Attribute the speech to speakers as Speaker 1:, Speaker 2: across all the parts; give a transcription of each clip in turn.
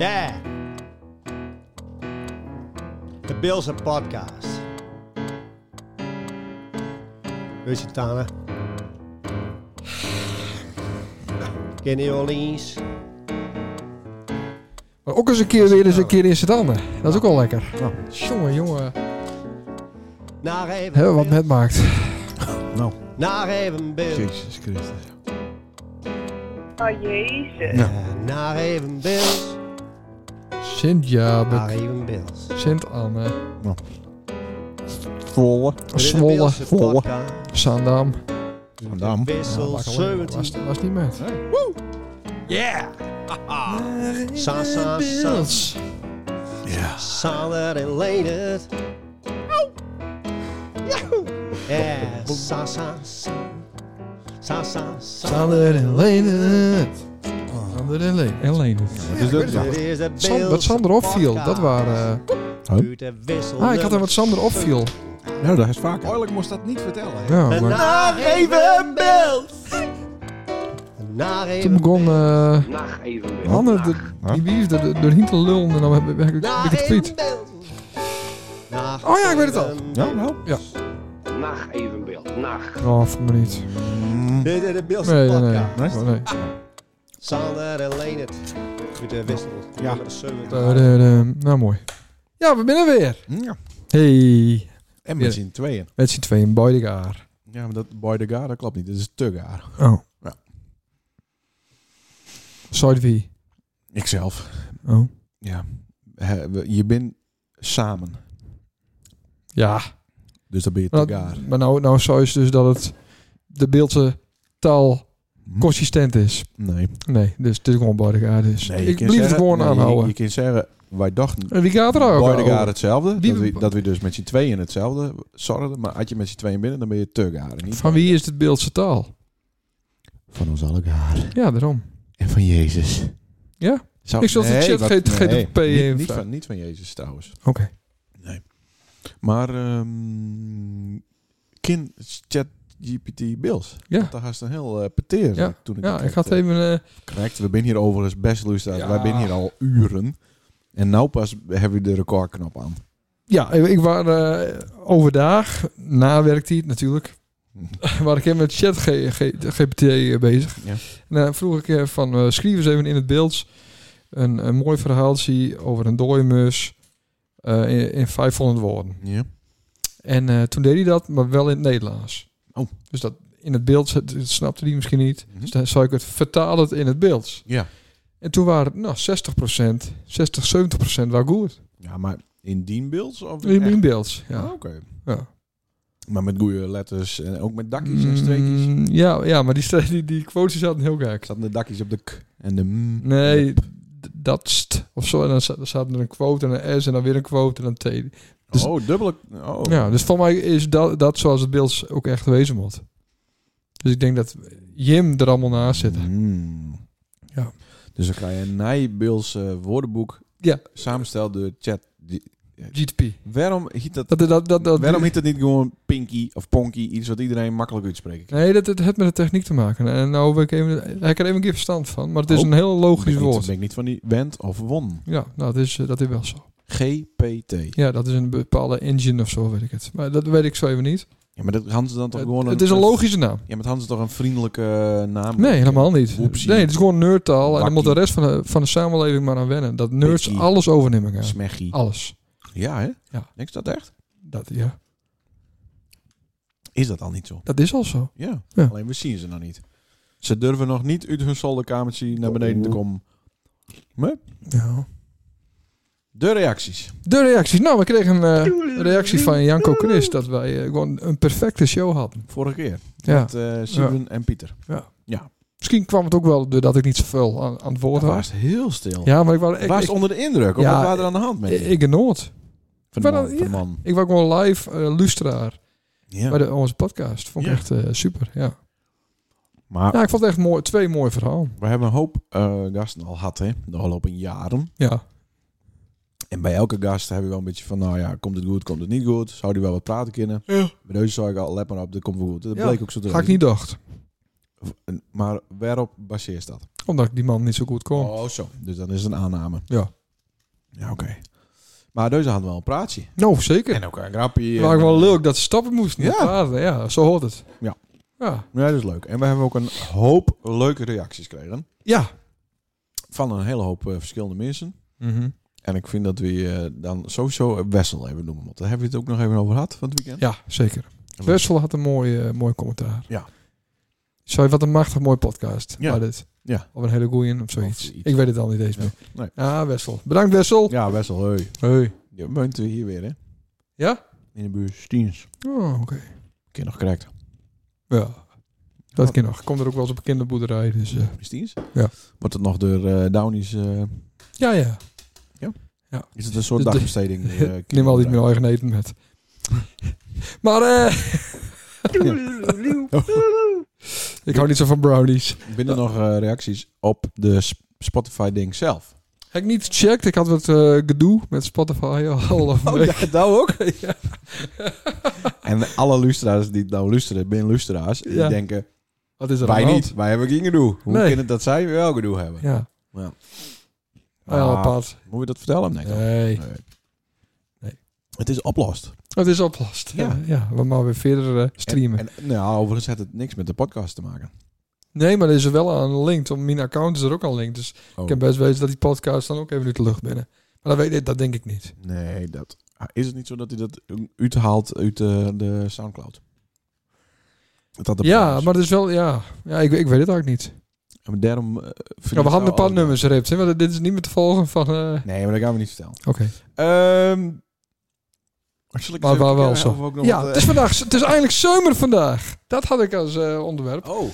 Speaker 1: Yeah. De Bills Podcast. Weet je het, Tana? In New Orleans.
Speaker 2: Maar ook eens een keer weer eens een keer in Sedan. Dat is ook wel lekker. Jongen, jongen.
Speaker 1: Naar even.
Speaker 2: Hebben we wat met maakt.
Speaker 3: Nou,
Speaker 1: Naar even Bills.
Speaker 3: Jezus Christus.
Speaker 4: Oh jezus.
Speaker 3: Ja.
Speaker 1: Eh, Naar even Bills. Naar
Speaker 2: Sint-Jabe.
Speaker 1: even Bills.
Speaker 2: Sint-Anne.
Speaker 3: Volle.
Speaker 2: Zwolle.
Speaker 3: Volle.
Speaker 2: Zaandam.
Speaker 3: Vandam.
Speaker 1: Wissel
Speaker 2: Was,
Speaker 1: 17.
Speaker 2: was niet met.
Speaker 1: Yeah. Sa, sa, sa.
Speaker 2: Bills.
Speaker 3: Ja.
Speaker 1: Solid and lated. Yeah. Eh, Sa, sa, sa. Sa, sa, sa.
Speaker 2: Sander en Lenen.
Speaker 1: Oh.
Speaker 2: Sander en Lenen. En Lenen.
Speaker 3: Dus dat
Speaker 1: Dit is de
Speaker 2: San- wat
Speaker 1: Bills
Speaker 2: Sander opviel, dat
Speaker 1: podcast.
Speaker 2: waren... eh,
Speaker 1: Buurt en wissel.
Speaker 2: ah, ik had er wat Sander opviel.
Speaker 3: Nou, dat is vaak.
Speaker 5: Oorlijk moest dat niet vertellen. hè?
Speaker 2: Ja,
Speaker 1: En
Speaker 2: maar
Speaker 1: Naar even Bills. Naar
Speaker 2: toen
Speaker 1: even
Speaker 2: begon eh
Speaker 6: Nacht even.
Speaker 2: Hanne, de, die wief er do- doorheen te lullen en dan heb ik- heb ik heb
Speaker 1: Naar
Speaker 2: ik het kwijt.
Speaker 1: even Bills. Naar
Speaker 2: Oh ja, ik weet het al.
Speaker 1: even
Speaker 3: Ja, nou.
Speaker 6: Nacht evenbeeld. Nacht.
Speaker 2: Oh, voor me niet.
Speaker 3: Mm.
Speaker 1: Dit is de Bills
Speaker 2: Nee, nee, nee. Oh,
Speaker 1: podcast.
Speaker 3: Nice.
Speaker 2: nee.
Speaker 1: Sander en Leenert. Met de wissel.
Speaker 3: Ja.
Speaker 1: Nummer 17.
Speaker 2: Tadadam. Nou, mooi. Ja, we binnen weer.
Speaker 3: Ja.
Speaker 2: Hey,
Speaker 3: En
Speaker 2: Ja.
Speaker 3: we zien tweeën.
Speaker 2: met z'n tweeën bij elkaar.
Speaker 3: Ja, maar dat boy de gaar, dat klopt niet. Dat is te gaar.
Speaker 2: Oh.
Speaker 3: Ja.
Speaker 2: Side wie?
Speaker 3: Ikzelf.
Speaker 2: Oh.
Speaker 3: Ja. He, we- je bent samen.
Speaker 2: Ja.
Speaker 3: Dus dan ben je te
Speaker 2: Maar,
Speaker 3: gaar.
Speaker 2: maar nou, nou zo is dus dat het de beeldse taal
Speaker 3: Hm?
Speaker 2: consistent is.
Speaker 3: Nee.
Speaker 2: Nee, dus het is gewoon bij elkaar. Dus
Speaker 3: nee je
Speaker 2: ik
Speaker 3: kan
Speaker 2: blijf het
Speaker 3: zeggen-
Speaker 2: gewoon
Speaker 3: nee, je-
Speaker 2: aanhouden.
Speaker 3: Je, kunt zeggen, wij dachten
Speaker 2: en wie gaat er ook
Speaker 3: boy de
Speaker 2: over?
Speaker 3: gaar hetzelfde.
Speaker 2: Die-
Speaker 3: dat, we, dat we dus met z'n tweeën hetzelfde zorgden. Maar als je met z'n tweeën binnen, dan ben je te gaar. Niet
Speaker 2: Van wie is het beeldse taal?
Speaker 3: Van ons alle gaar.
Speaker 2: Ja, daarom.
Speaker 3: En van Jezus.
Speaker 2: Ja?
Speaker 3: Zou-
Speaker 2: Ik zal de chat
Speaker 3: wat-
Speaker 2: GT- GTP
Speaker 3: nee, niet, niet,
Speaker 2: invragen.
Speaker 3: van, niet van Jezus trouwens.
Speaker 2: Oké.
Speaker 3: Maar ehm kin chat GPT Bills.
Speaker 2: Ja.
Speaker 3: Dat was een heel eh peteer.
Speaker 2: Ja.
Speaker 3: Toen ik
Speaker 2: Ja,
Speaker 3: dat
Speaker 2: ik had
Speaker 3: eh,
Speaker 2: even... eh,
Speaker 3: correct. We zijn hier overigens best lustig.
Speaker 2: Ja.
Speaker 3: Wij zijn hier al uren. En nou pas hebben we de recordknop aan.
Speaker 2: ja, ik, ik was eh, overdag, na werktijd natuurlijk, waar ik even met chat G- G- GPT bezig.
Speaker 3: Ja.
Speaker 2: En dan vroeg ik eh, van, eh, schrijf eens even in het beeld een, een mooi verhaaltje over een dode mus eh, in, in 500 woorden.
Speaker 3: Ja.
Speaker 2: En eh, toen deed hij dat, maar wel in het Nederlands.
Speaker 3: Oh.
Speaker 2: Dus dat in het beeld, het- het snapte hij misschien niet.
Speaker 3: Mhm.
Speaker 2: Dus dan zou ik het vertalen het in het beeld.
Speaker 3: Ja.
Speaker 2: En toen waren het nou, 60%, 60, 70% wel goed.
Speaker 3: Ja, maar in dien Bills? Of
Speaker 2: In
Speaker 3: echt?
Speaker 2: mijn beeld, ja.
Speaker 3: Ah, Oké.
Speaker 2: Ja.
Speaker 3: Maar met goede letters en ook met dakjes en streepjes.
Speaker 2: Mm, ja, ja, maar die, stre- die, die quotes zaten heel gek.
Speaker 3: Zaten de dakjes op de k en de m.
Speaker 2: Nee, d- dat st of zo. En dan za- dan zaten er een quote en een S en dan weer een quote en een T. dus-
Speaker 3: oh, dubbele... Oh.
Speaker 2: Ja, dus voor mij is dat, dat zoals het beeld ook echt wezen moet. Dus ik denk dat Jim er allemaal naast zit.
Speaker 3: Mm.
Speaker 2: Ja.
Speaker 3: Dus dan krijg je een Nijbils woordenboek
Speaker 2: Ja.
Speaker 3: samengesteld door chat. Die-
Speaker 2: GTP.
Speaker 3: Waarom heet dat,
Speaker 2: Dat, dat, dat, dat,
Speaker 3: waarom heet dat niet gewoon Pinky of Ponky? Iets wat iedereen makkelijk uitspreekt. Ik
Speaker 2: Nee, dat, dat heeft met de techniek te maken. En nou, ben ik even, hij kan er even een keer verstand van. Maar het is
Speaker 3: Oh.
Speaker 2: een heel
Speaker 3: ben
Speaker 2: logisch
Speaker 3: niet-
Speaker 2: woord.
Speaker 3: ben ik niet van die went of won.
Speaker 2: Ja, nou, dat is, eh, dat is wel zo.
Speaker 3: GPT.
Speaker 2: Ja, dat is een bepaalde engine of zo, weet ik het. Maar dat weet ik zo even niet.
Speaker 3: Ja, maar dat Hans dan toch
Speaker 2: Het,
Speaker 3: gewoon
Speaker 2: het is een logische naam.
Speaker 3: Ja, maar Hans is toch een vriendelijke eh, naam.
Speaker 2: Nee, helemaal niet.
Speaker 3: Oepsie.
Speaker 2: Nee, het is gewoon nerdtaal. En dan moet de
Speaker 3: Wakkie.
Speaker 2: rest van de, van de samenleving maar aan wennen. Dat nerds
Speaker 3: Pikkie.
Speaker 2: alles overnemen gaan.
Speaker 3: Smeggy.
Speaker 2: Alles.
Speaker 3: Ja, hè?
Speaker 2: Ja.
Speaker 3: Niks dat echt?
Speaker 2: Dat, ja.
Speaker 3: Is dat al niet zo?
Speaker 2: dat is al zo.
Speaker 3: Ja.
Speaker 2: Ja.
Speaker 3: Alleen we zien ze nog niet. Ze durven nog niet uit hun zolderkamertje naar beneden te komen.
Speaker 2: Ja.
Speaker 3: De reacties.
Speaker 2: De reacties. Nou, we kregen een eh, reactie van Janko Chris dat wij eh, gewoon een perfecte show hadden.
Speaker 3: Vorige keer.
Speaker 2: Ja.
Speaker 3: Met eh Simon en Pieter.
Speaker 2: Misschien kwam het ook wel doordat ik niet zoveel aan, aan het woord
Speaker 3: Dat
Speaker 2: was.
Speaker 3: was heel stil.
Speaker 2: Ja, maar ik was
Speaker 3: was
Speaker 2: echt... Ik,
Speaker 3: onder de indruk? Of
Speaker 2: Ja,
Speaker 3: wat was er aan de hand met
Speaker 2: ik,
Speaker 3: je?
Speaker 2: ik genoot.
Speaker 3: van de
Speaker 2: maar
Speaker 3: man.
Speaker 2: dan-
Speaker 3: van de man.
Speaker 2: Ik was gewoon live eh, luisteraar
Speaker 3: Ja.
Speaker 2: bij de, oh, onze podcast. Vond ik
Speaker 3: Ja.
Speaker 2: echt eh, super, ja.
Speaker 3: Maar
Speaker 2: Ja, ik vond het echt mooi, twee mooie verhalen.
Speaker 3: we hebben een hoop eh, gasten al gehad hè, de afgelopen jaren.
Speaker 2: Ja,
Speaker 3: En bij elke gast hebben we wel een beetje van, nou ja, komt het goed, komt het niet goed? Zou die wel wat praten kunnen? Bij deze zou ik al, let maar op, dat komt wel goed. Dat
Speaker 2: Ja.
Speaker 3: bleek ook zo te
Speaker 2: ga ik niet dacht.
Speaker 3: En- Maar waarop baseert dat?
Speaker 2: Omdat ik die man niet zo goed kon.
Speaker 3: zo. Dus dan is het een aanname.
Speaker 2: Ja.
Speaker 3: Ja, oké. Maar deze hadden wel een praatje.
Speaker 2: Nou, zeker.
Speaker 3: En ook een grapje.
Speaker 2: Het was
Speaker 3: en-
Speaker 2: ook wel leuk dat ze stappen moesten.
Speaker 3: Ja.
Speaker 2: Ja, ja zo hoort het.
Speaker 3: Ja.
Speaker 2: Ja.
Speaker 3: Ja, dat is leuk. En we hebben ook een hoop leuke reacties gekregen.
Speaker 2: Ja.
Speaker 3: Van een hele hoop eh, verschillende mensen. En ik vind dat we eh, dan sowieso Wessel even noemen. Want daar hebben we het ook nog even over gehad van het weekend.
Speaker 2: ja, zeker. Wessel had een mooi, eh, mooi commentaar.
Speaker 3: Ja.
Speaker 2: Sorry, wat een machtig mooie podcast.
Speaker 3: Ja.
Speaker 2: Maar dit.
Speaker 3: Ja.
Speaker 2: Of een hele goeie of zoiets.
Speaker 3: Of iets.
Speaker 2: Ik weet het al niet eens meer.
Speaker 3: Nee.
Speaker 2: Ah, Wessel. Bedankt, Wessel.
Speaker 3: Ja, Wessel, hoi.
Speaker 2: Hey.
Speaker 3: Je woont hier weer, hè?
Speaker 2: Ja?
Speaker 3: In de buurt Stiens.
Speaker 2: Oh, oké.
Speaker 3: Keer nog correct.
Speaker 2: Ja. Dat kan nog. Komt er ook wel eens op een kinderboerderij. Dus, eh,
Speaker 3: Stiens?
Speaker 2: Ja.
Speaker 3: Wordt het nog door eh, Downies... eh,
Speaker 2: ja, ja.
Speaker 3: is het een soort
Speaker 2: De- de-
Speaker 3: dagbesteding? eh,
Speaker 2: Ik neem al niet meer eigen eten met. maar eh, ik hou niet zo van brownies.
Speaker 3: Binnen nog eh, reacties op de Sp- Spotify-ding zelf.
Speaker 2: Heb ik niet gecheckt. Ik had wat eh, gedoe met Spotify al af
Speaker 3: Oh, ja, nou ook? En alle luisteraars die het nou luisteren, binnen luisteraars, die
Speaker 2: Ja.
Speaker 3: denken...
Speaker 2: Wat is er aan
Speaker 3: Wij
Speaker 2: de
Speaker 3: niet,
Speaker 2: hand?
Speaker 3: wij hebben geen gedoe. Hoe
Speaker 2: Nee.
Speaker 3: kunnen het dat zij wel gedoe hebben?
Speaker 2: Ja.
Speaker 3: Ja.
Speaker 2: Ah, ja,
Speaker 3: Ah,
Speaker 2: apart.
Speaker 3: Moet je dat vertellen? Nee. toch?
Speaker 2: Nee.
Speaker 3: Nee.
Speaker 2: Nee.
Speaker 3: Het is oplost.
Speaker 2: Het is oplost. Ja.
Speaker 3: Ja.
Speaker 2: ja. we maar weer verder eh, streamen.
Speaker 3: En, en, nou, overigens heeft het niks met de podcast te maken.
Speaker 2: nee, maar er is er wel aan linked. Om mijn account is er ook aan linked. Dus
Speaker 3: Oh.
Speaker 2: ik heb best weten dat die podcast dan ook even uit de lucht binnen. Maar dat, weet ik, dat denk ik niet.
Speaker 3: Nee, dat... Ah, Is het niet zo dat hij dat uithaalt uit eh, de Soundcloud? Dat dat de
Speaker 2: ja,
Speaker 3: plan is.
Speaker 2: maar het is wel... Ja, ja ik, ik weet het eigenlijk niet.
Speaker 3: En daarom... eh,
Speaker 2: Ja,
Speaker 3: verdient
Speaker 2: we hadden een
Speaker 3: nou
Speaker 2: paar
Speaker 3: alle-
Speaker 2: nummers rips. Hè, want dit is niet meer te volgen van... eh,
Speaker 3: Nee, maar dat gaan we niet vertellen.
Speaker 2: Oké.
Speaker 3: Ehm zal ik
Speaker 2: Maar
Speaker 3: eens even
Speaker 2: waar wel
Speaker 3: kijken
Speaker 2: zo.
Speaker 3: of we ook nog
Speaker 2: Ja,
Speaker 3: wat, eh,
Speaker 2: het is vandaag... Het is eindelijk zomer vandaag. Dat had ik als eh, onderwerp.
Speaker 3: eh, Oh.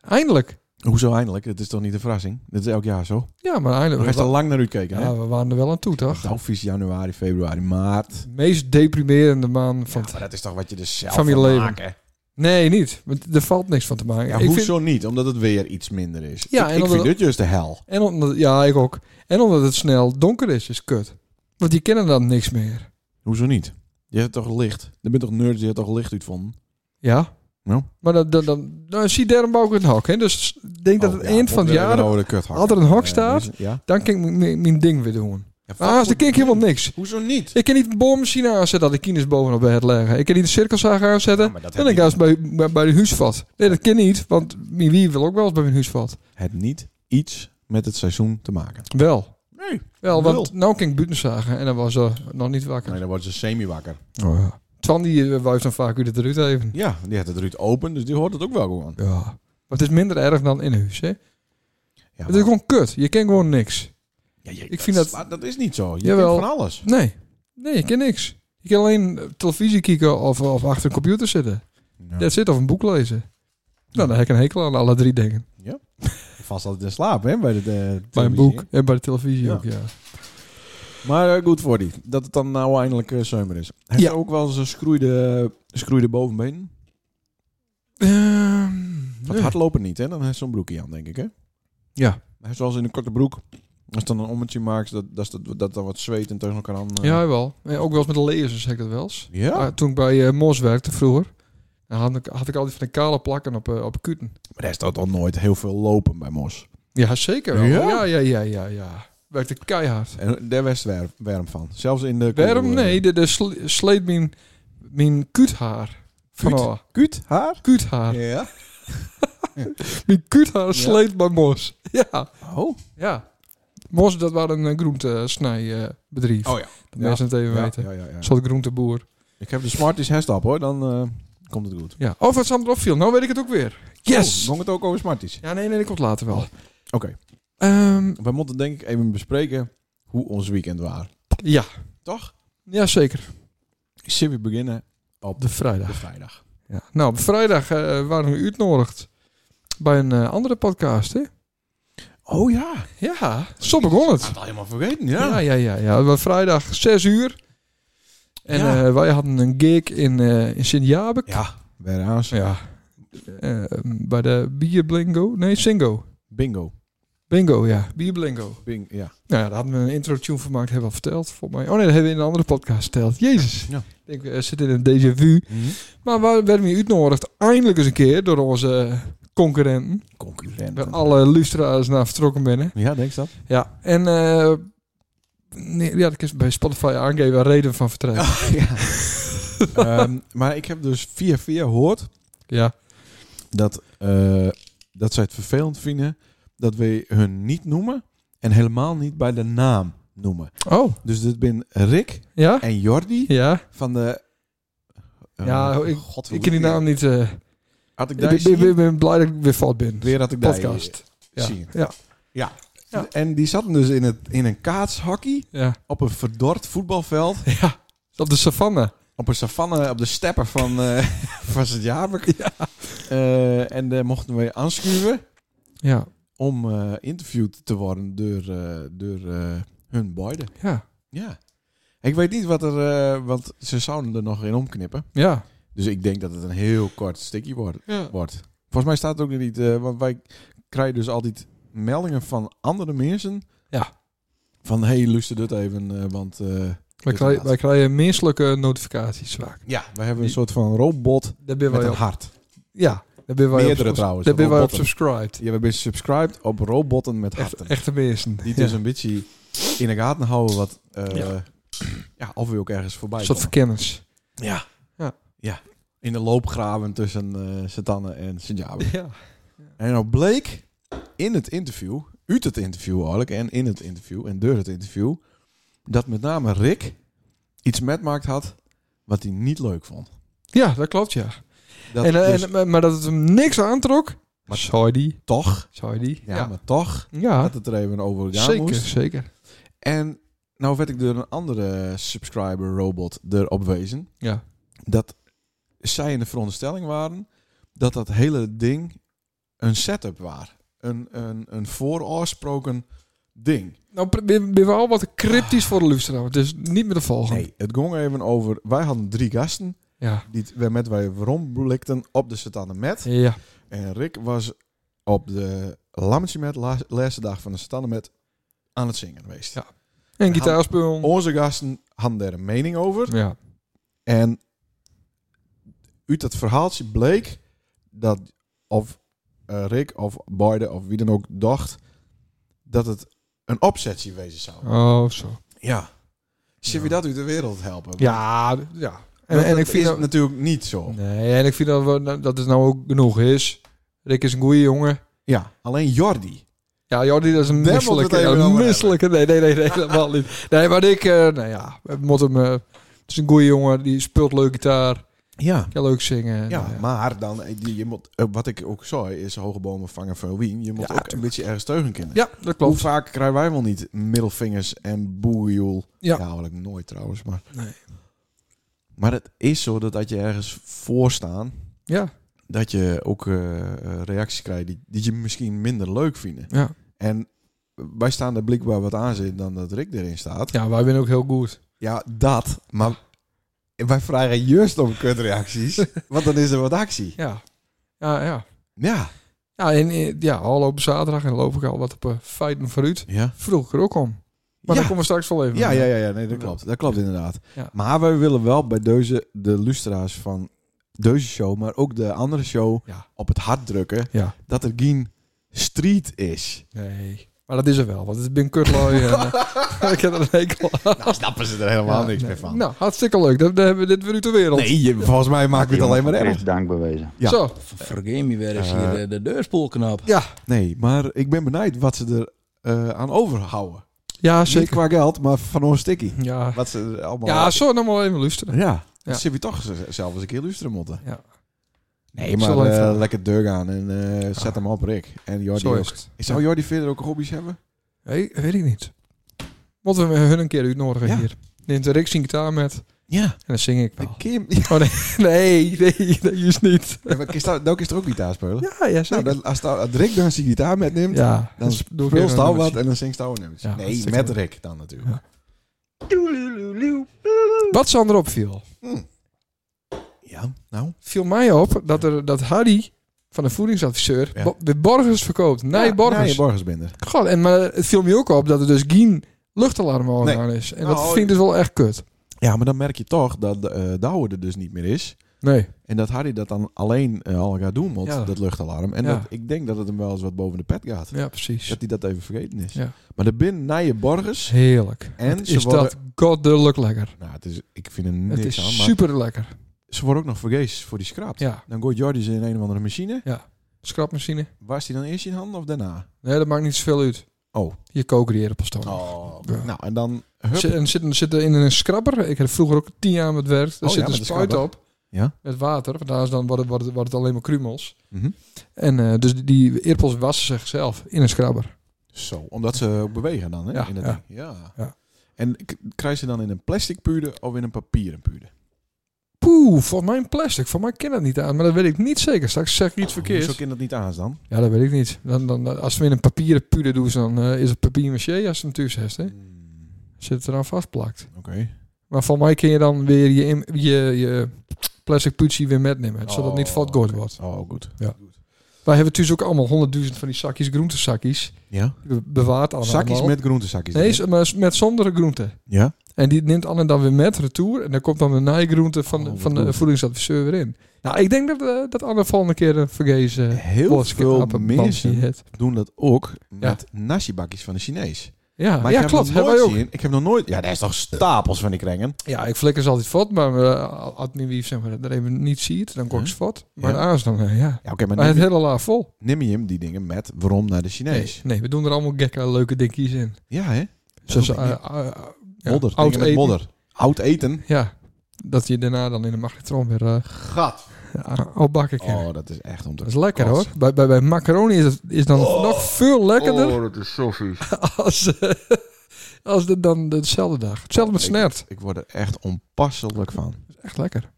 Speaker 2: Eindelijk.
Speaker 3: Hoezo eindelijk? Het is toch niet een verrassing? Dat is elk jaar zo.
Speaker 2: Ja, maar
Speaker 3: We
Speaker 2: eindelijk.
Speaker 3: heeft al lang naar u gekeken, hè?
Speaker 2: ja, we waren er wel aan toe, toch?
Speaker 3: Nou, vies januari, februari, maart.
Speaker 2: De meest deprimerende maand van...
Speaker 3: maar dat is toch wat je dus zelf
Speaker 2: Van je
Speaker 3: van
Speaker 2: leven.
Speaker 3: maakt, hè?
Speaker 2: Nee, niet. Want er valt niks van te maken.
Speaker 3: Ja,
Speaker 2: ik vind,
Speaker 3: hoezo niet? Omdat het weer iets minder is.
Speaker 2: Ja,
Speaker 3: ik
Speaker 2: en
Speaker 3: ik
Speaker 2: omdat-
Speaker 3: vind dit juist de hel.
Speaker 2: en omdat, ja, ik ook. En omdat het snel donker is, is kut. Want die kennen dan niks meer.
Speaker 3: Hoezo niet? Je hebt toch licht? Je bent toch nerd die het toch licht uitvonden?
Speaker 2: Ja.
Speaker 3: Nou.
Speaker 2: Maar dan, dan, dan, dan zie daarom ook een hok. Hè? Dus ik denk dat
Speaker 3: Oh,
Speaker 2: het
Speaker 3: ja,
Speaker 2: eind van het
Speaker 3: we hebben
Speaker 2: jaar,
Speaker 3: nou de kuthak.
Speaker 2: als er een hok
Speaker 3: Eh,
Speaker 2: staat,
Speaker 3: deze- ja.
Speaker 2: dan kan ik mijn- mijn mijn ding weer doen.
Speaker 3: Ja,
Speaker 2: Maar als de
Speaker 3: fuck,
Speaker 2: kijk helemaal niks.
Speaker 3: Hoezo niet?
Speaker 2: Ik kan niet een boormachine aanzetten dat de kines bovenop bij het leggen. Ik kan niet een cirkelzaag aanzetten.
Speaker 3: Ja, maar dat
Speaker 2: dan
Speaker 3: heb
Speaker 2: denk ik als bij, bij, bij de huisvat. Nee, dat kan niet, want mijn wie wil ook wel eens bij mijn huisvat.
Speaker 3: Het niet iets met het seizoen te maken.
Speaker 2: Wel.
Speaker 3: Nee.
Speaker 2: Wel,
Speaker 3: Nul.
Speaker 2: want nou kan ik buiten zagen en dan was ze nog niet wakker.
Speaker 3: Nee, dan wordt ze semi-wakker.
Speaker 2: Oh, ja. Twan die eh, wuift dan vaak u het eruit even.
Speaker 3: Ja, die had het eruit open, dus die hoort het ook wel gewoon.
Speaker 2: Ja. Maar het is minder erg dan in huis, hè?
Speaker 3: Ja,
Speaker 2: Het is gewoon kut. Je kent gewoon niks.
Speaker 3: ja, je-
Speaker 2: ik vind dat-
Speaker 3: is- maar dat is niet zo. Je
Speaker 2: Jawel.
Speaker 3: kent van alles.
Speaker 2: Nee. Nee, je kent niks. Je kan alleen eh, televisie kijken of, of achter een computer zitten.
Speaker 3: Ja.
Speaker 2: Dat zit of een boek lezen. Nou, dan heb ik een hekel aan alle drie dingen.
Speaker 3: Vast altijd in slaap, hè? Bij, de, eh,
Speaker 2: Bij een
Speaker 3: televisie.
Speaker 2: boek en bij de televisie
Speaker 3: Ja.
Speaker 2: ook, ja.
Speaker 3: Maar eh, goed voor die. Dat het dan nou eindelijk eh, zomer is. Heb
Speaker 2: Ja.
Speaker 3: je ook wel eens een schroeide, schroeide bovenbeen?
Speaker 2: Ehm,
Speaker 3: Dat
Speaker 2: nee.
Speaker 3: hardlopen niet, hè? Dan heeft zo'n broekje aan, denk ik, hè?
Speaker 2: Ja.
Speaker 3: Hij zoals in een korte broek. Als dan een ommetje maakt, dat, dat, is dat, dat dan wat zweet en tegen elkaar aan... eh,
Speaker 2: Ja, wel. Ook wel eens met de lezers, zeg ik dat wel eens.
Speaker 3: Ja?
Speaker 2: Ah, toen ik bij eh, Mos werkte vroeger, dan had ik, had ik altijd van de kale plakken op, eh, op kuten.
Speaker 3: Maar er is toch al nooit heel veel lopen bij Mos.
Speaker 2: Ja, zeker wel.
Speaker 3: Ja?
Speaker 2: Ja, ja, ja, ja, ja. Werkte keihard.
Speaker 3: En daar was werm, werm van. Zelfs in de...
Speaker 2: Waarom? Nee, de, de sle- sleet mijn, mijn kuuthaar.
Speaker 3: Kuut?
Speaker 2: Van
Speaker 3: Kuut, haar?
Speaker 2: kuuthaar.
Speaker 3: Ja.
Speaker 2: Mijn kuuthaar sleet bij Mos. Ja.
Speaker 3: Oh.
Speaker 2: ja. Mos, dat was een eh, groentesnijbedrijf.
Speaker 3: Oh ja.
Speaker 2: Dat mensen het even
Speaker 3: Ja,
Speaker 2: weten.
Speaker 3: ja, ja, ja.
Speaker 2: Een soort groenteboer.
Speaker 3: Ik heb de Smarties herst op, hoor. Dan eh, komt het goed.
Speaker 2: Ja. Oh, wat Sander opviel. Nou weet ik het ook weer. Yes!
Speaker 3: Oh, ging het ook over Smarties?
Speaker 2: ja, nee, nee, dat komt later wel.
Speaker 3: Oké.
Speaker 2: Ehm,
Speaker 3: We moeten denk ik even bespreken hoe ons weekend was.
Speaker 2: ja.
Speaker 3: Toch?
Speaker 2: Ja, zeker.
Speaker 3: Zullen we beginnen op
Speaker 2: De
Speaker 3: de,
Speaker 2: vrijdag.
Speaker 3: vrijdag?
Speaker 2: Ja. Nou, op vrijdag eh, waren we uitnodigd bij een eh, andere podcast, hè?
Speaker 3: Oh ja.
Speaker 2: Ja, zo begon het.
Speaker 3: Ik had het al helemaal vergeten, ja.
Speaker 2: Ja, ja, ja. ja. Het was vrijdag 6 uur. En
Speaker 3: Ja.
Speaker 2: eh, wij hadden een gig in, eh in Sint-Jabek.
Speaker 3: Ja, weer aan.
Speaker 2: Ja. Eh, bij de Bierblingo. Nee, Singo.
Speaker 3: Bingo.
Speaker 2: Bingo, ja. Bierblingo.
Speaker 3: Bing, ja.
Speaker 2: Nou ja, daar hadden we een intro tune van gemaakt. Hebben we al verteld, volgens mij. Oh nee, dat hebben we in een andere podcast verteld. Jezus.
Speaker 3: Ja.
Speaker 2: Ik eh, Mhm. denk, we zitten in een déjà vu. Maar we werden weer uitgenodigd. Eindelijk eens een keer door onze concurrenten. Waar
Speaker 3: Concurrenten.
Speaker 2: alle lustra's naar vertrokken binnen.
Speaker 3: Ja, denk je dat?
Speaker 2: Ja, en eh, nee, ja, ik is bij Spotify aangeven waar reden van vertrek. Ja.
Speaker 3: Ehm, maar ik heb dus via via gehoord dat, eh, dat zij het vervelend vinden dat we hun niet noemen en helemaal niet bij de naam noemen.
Speaker 2: Oh,
Speaker 3: Dus dit ben Rick
Speaker 2: ja?
Speaker 3: en Jordi
Speaker 2: Ja.
Speaker 3: van de... eh,
Speaker 2: Ja, ik-
Speaker 3: God, hoe
Speaker 2: Ik ken die
Speaker 3: heet
Speaker 2: naam niet. eh.
Speaker 3: Had ik
Speaker 2: Ik
Speaker 3: daar
Speaker 2: ben- ben,
Speaker 3: zien?
Speaker 2: ben- ben blij dat ik weer fout ben.
Speaker 3: Weer had ik daar
Speaker 2: Podcast. Ja.
Speaker 3: zien.
Speaker 2: Ja.
Speaker 3: Ja.
Speaker 2: Ja.
Speaker 3: En die zaten dus in, het, in een kaatshockey
Speaker 2: Ja.
Speaker 3: op een verdord voetbalveld.
Speaker 2: ja. Op de savanne.
Speaker 3: Op een savanne, op de steppen van, eh van Sint-Jabek. Eh, en daar mochten we aanschuiven
Speaker 2: Ja.
Speaker 3: om eh interviewd te worden door, eh, door eh, hun beiden.
Speaker 2: Ja.
Speaker 3: Ja. Ik weet niet wat er... eh, want ze zouden er nog in omknippen.
Speaker 2: Ja.
Speaker 3: Dus ik denk dat het een heel kort stukje wordt.
Speaker 2: Ja.
Speaker 3: wordt. Volgens mij staat het ook niet... eh, want wij krijgen dus altijd meldingen van andere mensen.
Speaker 2: Ja.
Speaker 3: Van, hey, luister dit even, eh, want... eh,
Speaker 2: Wij, krijgen, wij krijgen menselijke notificaties vaak.
Speaker 3: ja, we hebben een soort van robot
Speaker 2: Daar ben
Speaker 3: met
Speaker 2: wij
Speaker 3: een
Speaker 2: op.
Speaker 3: hart.
Speaker 2: Ja. Daar ben wij
Speaker 3: Meerdere
Speaker 2: op,
Speaker 3: trouwens,
Speaker 2: Daar ben wij op
Speaker 3: robotten.
Speaker 2: subscribed.
Speaker 3: Je bent subscribed op robotten met
Speaker 2: Echt,
Speaker 3: harten.
Speaker 2: echte mensen.
Speaker 3: Die
Speaker 2: Ja.
Speaker 3: dus een beetje in de gaten houden wat... eh, ja.
Speaker 2: Ja.
Speaker 3: of we ook ergens voorbij
Speaker 2: Een soort
Speaker 3: komen.
Speaker 2: verkenners.
Speaker 3: Ja.
Speaker 2: Ja.
Speaker 3: ja. In de loopgraven tussen eh Satanne en Sint-Jabe.
Speaker 2: Ja.
Speaker 3: En nou bleek in het interview, uit het interview eigenlijk, en in het interview en door het interview, dat met name Rick iets metmaakt had wat hij niet leuk vond.
Speaker 2: Ja, dat klopt, ja.
Speaker 3: Dat
Speaker 2: en, eh,
Speaker 3: dus
Speaker 2: en- maar- maar dat het hem niks aantrok.
Speaker 3: Maar-
Speaker 2: Sorry. die.
Speaker 3: toch,
Speaker 2: Sorry. die.
Speaker 3: ja,
Speaker 2: Ja,
Speaker 3: maar toch,
Speaker 2: ja,
Speaker 3: had het er even over ja
Speaker 2: zeker.
Speaker 3: moest.
Speaker 2: Zeker.
Speaker 3: En nou werd ik door een andere subscriber robot erop wezen
Speaker 2: Ja.
Speaker 3: dat zij in de veronderstelling waren dat dat hele ding een setup was. Een, een, een voorafsproken ding.
Speaker 2: Nou, pr- ben ben we al wat cryptisch voor de luisteraar. Dus niet meer de volgende.
Speaker 3: Nee, het ging even over... Wij hadden drie gasten
Speaker 2: Ja.
Speaker 3: die t- we- met wij rondblikten op de Satane Met.
Speaker 2: Ja.
Speaker 3: En Rick was op de Lammetje Met, la- laatste dag van de Satane Met, aan het zingen geweest.
Speaker 2: Ja. En gitaarspul.
Speaker 3: Onze gasten hadden daar een mening over.
Speaker 2: Ja.
Speaker 3: En uit dat verhaaltje bleek dat of eh, Rick of Boyden of wie dan ook dacht dat het een opzetje wezen zou.
Speaker 2: Oh, zo.
Speaker 3: Ja. Zullen we dat uit de wereld helpen?
Speaker 2: Ja, d- ja.
Speaker 3: En,
Speaker 2: En, en ik vind
Speaker 3: is
Speaker 2: dat,
Speaker 3: natuurlijk niet zo.
Speaker 2: nee, en ik vind dat, we, dat het nou ook genoeg is. Rick is een goeie jongen.
Speaker 3: Ja, alleen Jordi.
Speaker 2: Ja, Jordi, dat is een
Speaker 3: Daar
Speaker 2: misselijke.
Speaker 3: moeten we het even
Speaker 2: Een
Speaker 3: over
Speaker 2: misselijke. Nee, nee, nee, nee, helemaal niet. Nee, maar ik, eh, nou ja, we moeten hem. eh, het is een goeie jongen, die speelt leuk gitaar,
Speaker 3: Ja.
Speaker 2: kan leuk zingen.
Speaker 3: Ja,
Speaker 2: Nou ja.
Speaker 3: maar dan, eh, die- je moet, eh, wat ik ook zei, is hoge bomen vangen van wien. Je moet
Speaker 2: Ja,
Speaker 3: ook een beetje ergens teugen kennen.
Speaker 2: Ja, dat
Speaker 3: Hoe
Speaker 2: klopt.
Speaker 3: vaak krijgen wij wel niet middelvingers en boeioel?
Speaker 2: Ja.
Speaker 3: ja, hoor ik nooit trouwens. Maar,
Speaker 2: Nee.
Speaker 3: maar het is zo dat, dat je ergens voor staan,
Speaker 2: Ja,
Speaker 3: dat je ook eh, eh, reacties krijgt die, die je misschien minder leuk vinden.
Speaker 2: ja.
Speaker 3: En wij staan er blikbaar wat aan zit dan dat Rick erin staat.
Speaker 2: ja, wij zijn ook heel goed.
Speaker 3: Ja, dat. Maar wij vragen juist om kutreacties, want dan is er wat actie.
Speaker 2: Ja, ja, ja.
Speaker 3: Ja.
Speaker 2: Ja, en eh, ja, afgelopen zaterdag en loop ik al wat op eh, feiten vooruit.
Speaker 3: Ja.
Speaker 2: Vroeg er ook om. Maar
Speaker 3: Ja.
Speaker 2: daar komen we straks wel even
Speaker 3: Ja,
Speaker 2: op.
Speaker 3: ja, ja, ja, nee, dat klopt. Dat klopt inderdaad.
Speaker 2: Ja.
Speaker 3: Maar wij willen wel bij deze, de lustra's van deze show, maar ook de andere show,
Speaker 2: Ja.
Speaker 3: op het hart drukken
Speaker 2: Ja.
Speaker 3: dat er geen street is.
Speaker 2: Nee. Maar dat is er wel, want het is Ben Kurtlooi. en, eh, ik heb er een hekel aan.
Speaker 3: Nou, snappen ze er helemaal
Speaker 2: Ja,
Speaker 3: niks
Speaker 2: nee.
Speaker 3: meer van.
Speaker 2: Nou, hartstikke leuk. Dan, dan hebben we dit weer uit de wereld.
Speaker 3: nee, je- volgens mij maken we het alleen maar erg.
Speaker 5: dank bewezen.
Speaker 3: ja.
Speaker 2: Zo,
Speaker 5: Vergeet me weer eens hier eh, de deurspoel knap.
Speaker 2: ja.
Speaker 3: Nee, maar ik ben benijd wat ze er eh, aan overhouden.
Speaker 2: Ja,
Speaker 3: Niet
Speaker 2: zeker.
Speaker 3: qua geld, maar van ons sticky.
Speaker 2: Ja,
Speaker 3: Wat ze er allemaal...
Speaker 2: ja zo, nog maar even luisteren.
Speaker 3: Ja.
Speaker 2: Ja.
Speaker 3: Ze hebben toch z- zelf eens een keer luisteren moeten.
Speaker 2: Ja.
Speaker 3: Nee,
Speaker 2: Ik
Speaker 3: maar
Speaker 2: zal
Speaker 3: eh,
Speaker 2: even- Ah.
Speaker 3: lekker deur gaan en eh, zet hem op, Rick. En Jordi
Speaker 2: Zo
Speaker 3: ook.
Speaker 2: is het.
Speaker 3: Ik Zou Jordi verder ook hobby's hebben?
Speaker 2: Nee, weet ik niet. Moeten we hun een keer uitnodigen
Speaker 3: Ja.
Speaker 2: hier? Neemt Rick zijn gitaar met en
Speaker 3: Ja.
Speaker 2: dan zing ik
Speaker 3: Een
Speaker 2: wel.
Speaker 3: keer...
Speaker 2: Oh nee, nee, nee, dat is niet.
Speaker 3: Ja, maar kist daar- nou kist er ook gitaar spelen.
Speaker 2: Ja, ja,
Speaker 3: Nou,
Speaker 2: zeker.
Speaker 3: dan, als, daar- als Rick dan zijn gitaar metneemt,
Speaker 2: ja,
Speaker 3: dan
Speaker 2: dus doe ik
Speaker 3: speelt
Speaker 2: even
Speaker 3: Stouw
Speaker 2: een
Speaker 3: wat
Speaker 2: nummertje.
Speaker 3: en dan zingt Stouw een nummertje.
Speaker 2: Ja,
Speaker 3: nee,
Speaker 2: hartstikke
Speaker 3: met
Speaker 2: leuk.
Speaker 3: Rick dan natuurlijk.
Speaker 2: Wat Sander opviel,
Speaker 3: Ja, nou.
Speaker 2: viel mij op dat, er, dat Harry van de voedingsadviseur
Speaker 3: Ja.
Speaker 2: bo- weer Borgers verkoopt. Nee,
Speaker 3: Ja,
Speaker 2: Borgers.
Speaker 3: Nee, Borgersbinder.
Speaker 2: God, en maar het viel me ook op dat er dus geen luchtalarm aan is. En
Speaker 3: Nou,
Speaker 2: dat vind ik dus wel echt kut.
Speaker 3: Ja, maar dan merk je toch dat de eh Douwe er dus niet meer is.
Speaker 2: Nee.
Speaker 3: En dat Harry dat dan alleen eh, al gaat doen, want
Speaker 2: Ja.
Speaker 3: dat luchtalarm. En
Speaker 2: Ja.
Speaker 3: dat, ik denk dat het hem wel eens wat boven de pet gaat.
Speaker 2: Ja, precies.
Speaker 3: Dat hij dat even vergeten is.
Speaker 2: Ja.
Speaker 3: Maar de binnen naar je borgers.
Speaker 2: Heerlijk.
Speaker 3: En
Speaker 2: Wat
Speaker 3: ze
Speaker 2: is
Speaker 3: worden-
Speaker 2: dat goddelijk lekker.
Speaker 3: Nou, het is, ik vind er niks
Speaker 2: Het is
Speaker 3: aan. Maar
Speaker 2: super lekker.
Speaker 3: ze worden ook nog vergees voor die scrap.
Speaker 2: Ja.
Speaker 3: Dan gooit Jordi ze in een of andere machine.
Speaker 2: Scrapmachine.
Speaker 3: Was die dan eerst in handen of daarna?
Speaker 2: Nee, dat maakt niet zoveel uit.
Speaker 3: Oh.
Speaker 2: Je koken die appelstoorn.
Speaker 3: Oh.
Speaker 2: Ja.
Speaker 3: Nou, en dan hup.
Speaker 2: Zit, en zit, zit er in een scrapper. Ik heb vroeger ook tien jaar met werk. Daar
Speaker 3: Oh
Speaker 2: zit
Speaker 3: ja,
Speaker 2: een
Speaker 3: met de
Speaker 2: spuit
Speaker 3: scrubber.
Speaker 2: op.
Speaker 3: Ja.
Speaker 2: Met water. Want daar is dan wordt, het- wordt, het- wordt het alleen maar krumels.
Speaker 3: Mhm.
Speaker 2: En eh, dus die- die eerpels wassen zichzelf in een scrabber.
Speaker 3: Zo, omdat ze ook bewegen dan, hè?
Speaker 2: Ja,
Speaker 3: in dat
Speaker 2: ja.
Speaker 3: ding. ja.
Speaker 2: Ja.
Speaker 3: En k- krijg je dan in een plastic puurde of in een papieren puurde?
Speaker 2: Poeh, volgens mij een plastic. Voor mij ken dat niet aan. Maar dat weet ik niet zeker. Straks zeg ik
Speaker 3: Oh,
Speaker 2: iets verkeerd.
Speaker 3: Zo kan dat niet aan dan.
Speaker 2: Ja, dat weet ik niet. Dan, dan, dan- als we in een papieren puder doen, dan eh, is het papier maché als je hem thuis hebt. Hè?
Speaker 3: Hmm,
Speaker 2: Zit het eraan vastplakt.
Speaker 3: Oké.
Speaker 2: Maar voor mij kun je dan weer je, im- je, je plastic putsie weer metnemen. Zodat het niet
Speaker 3: Oh,
Speaker 2: vatgoed
Speaker 3: oké.
Speaker 2: wordt.
Speaker 3: Oh, goed.
Speaker 2: Wij hebben thuis ook allemaal honderdduizend van die zakjes, groentezakjes.
Speaker 3: Ja.
Speaker 2: Die we bewaard allemaal.
Speaker 3: Zakjes met groentezakjes.
Speaker 2: Nee,
Speaker 3: erin.
Speaker 2: z- maar s- met zonder groenten.
Speaker 3: Ja.
Speaker 2: En die neemt Anne dan weer met retour. En dan komt dan de naaigroente van,
Speaker 3: Oh, wat
Speaker 2: van de
Speaker 3: goed.
Speaker 2: voedingsadviseur weer in. Nou, ik denk dat, eh, dat Anne volgende keer een vergezen eh,
Speaker 3: Heel
Speaker 2: boodschap-
Speaker 3: veel
Speaker 2: appelbandje
Speaker 3: mensen
Speaker 2: heeft.
Speaker 3: doen dat ook met nashibakjes van de Chinees.
Speaker 2: Ja,
Speaker 3: Maar
Speaker 2: ja
Speaker 3: ik heb
Speaker 2: klopt.
Speaker 3: nog nooit
Speaker 2: Hebben wij ook.
Speaker 3: zien- ik heb nog nooit... Ja, daar is toch stapels van die kringen?
Speaker 2: Ja, ik flikker ze altijd vat, maar eh, als mijn wief zeg maar, dat even niet ziet, dan komt ze vat. Maar
Speaker 3: Ja.
Speaker 2: de aas dan, eh, ja.
Speaker 3: Ja, oké,
Speaker 2: Maar
Speaker 3: maar
Speaker 2: het
Speaker 3: neem,
Speaker 2: hele laag vol.
Speaker 3: neem je hem die dingen met waarom naar de Chinees?
Speaker 2: Nee, we doen er allemaal gekke leuke dingetjes in.
Speaker 3: Ja, hè?
Speaker 2: Zoals
Speaker 3: doe ik
Speaker 2: eh,
Speaker 3: niet.
Speaker 2: eh, eh, ja,
Speaker 3: Modder. dingen met
Speaker 2: eten.
Speaker 3: modder. Oud eten.
Speaker 2: Ja, dat je daarna dan in de magnetron weer eh
Speaker 3: Gat.
Speaker 2: aan- aan bakken kan.
Speaker 3: Oh, dat is echt om te
Speaker 2: Dat is lekker
Speaker 3: kotsen.
Speaker 2: hoor. Bij, bij, bij macaroni is het is dan nog veel lekkerder
Speaker 6: Oh. dat is zo vies.
Speaker 2: als, eh, als de, dan dezelfde dag. Hetzelfde met
Speaker 3: Ik-
Speaker 2: snert.
Speaker 3: Ik word er echt onpasselijk van.
Speaker 2: Echt lekker.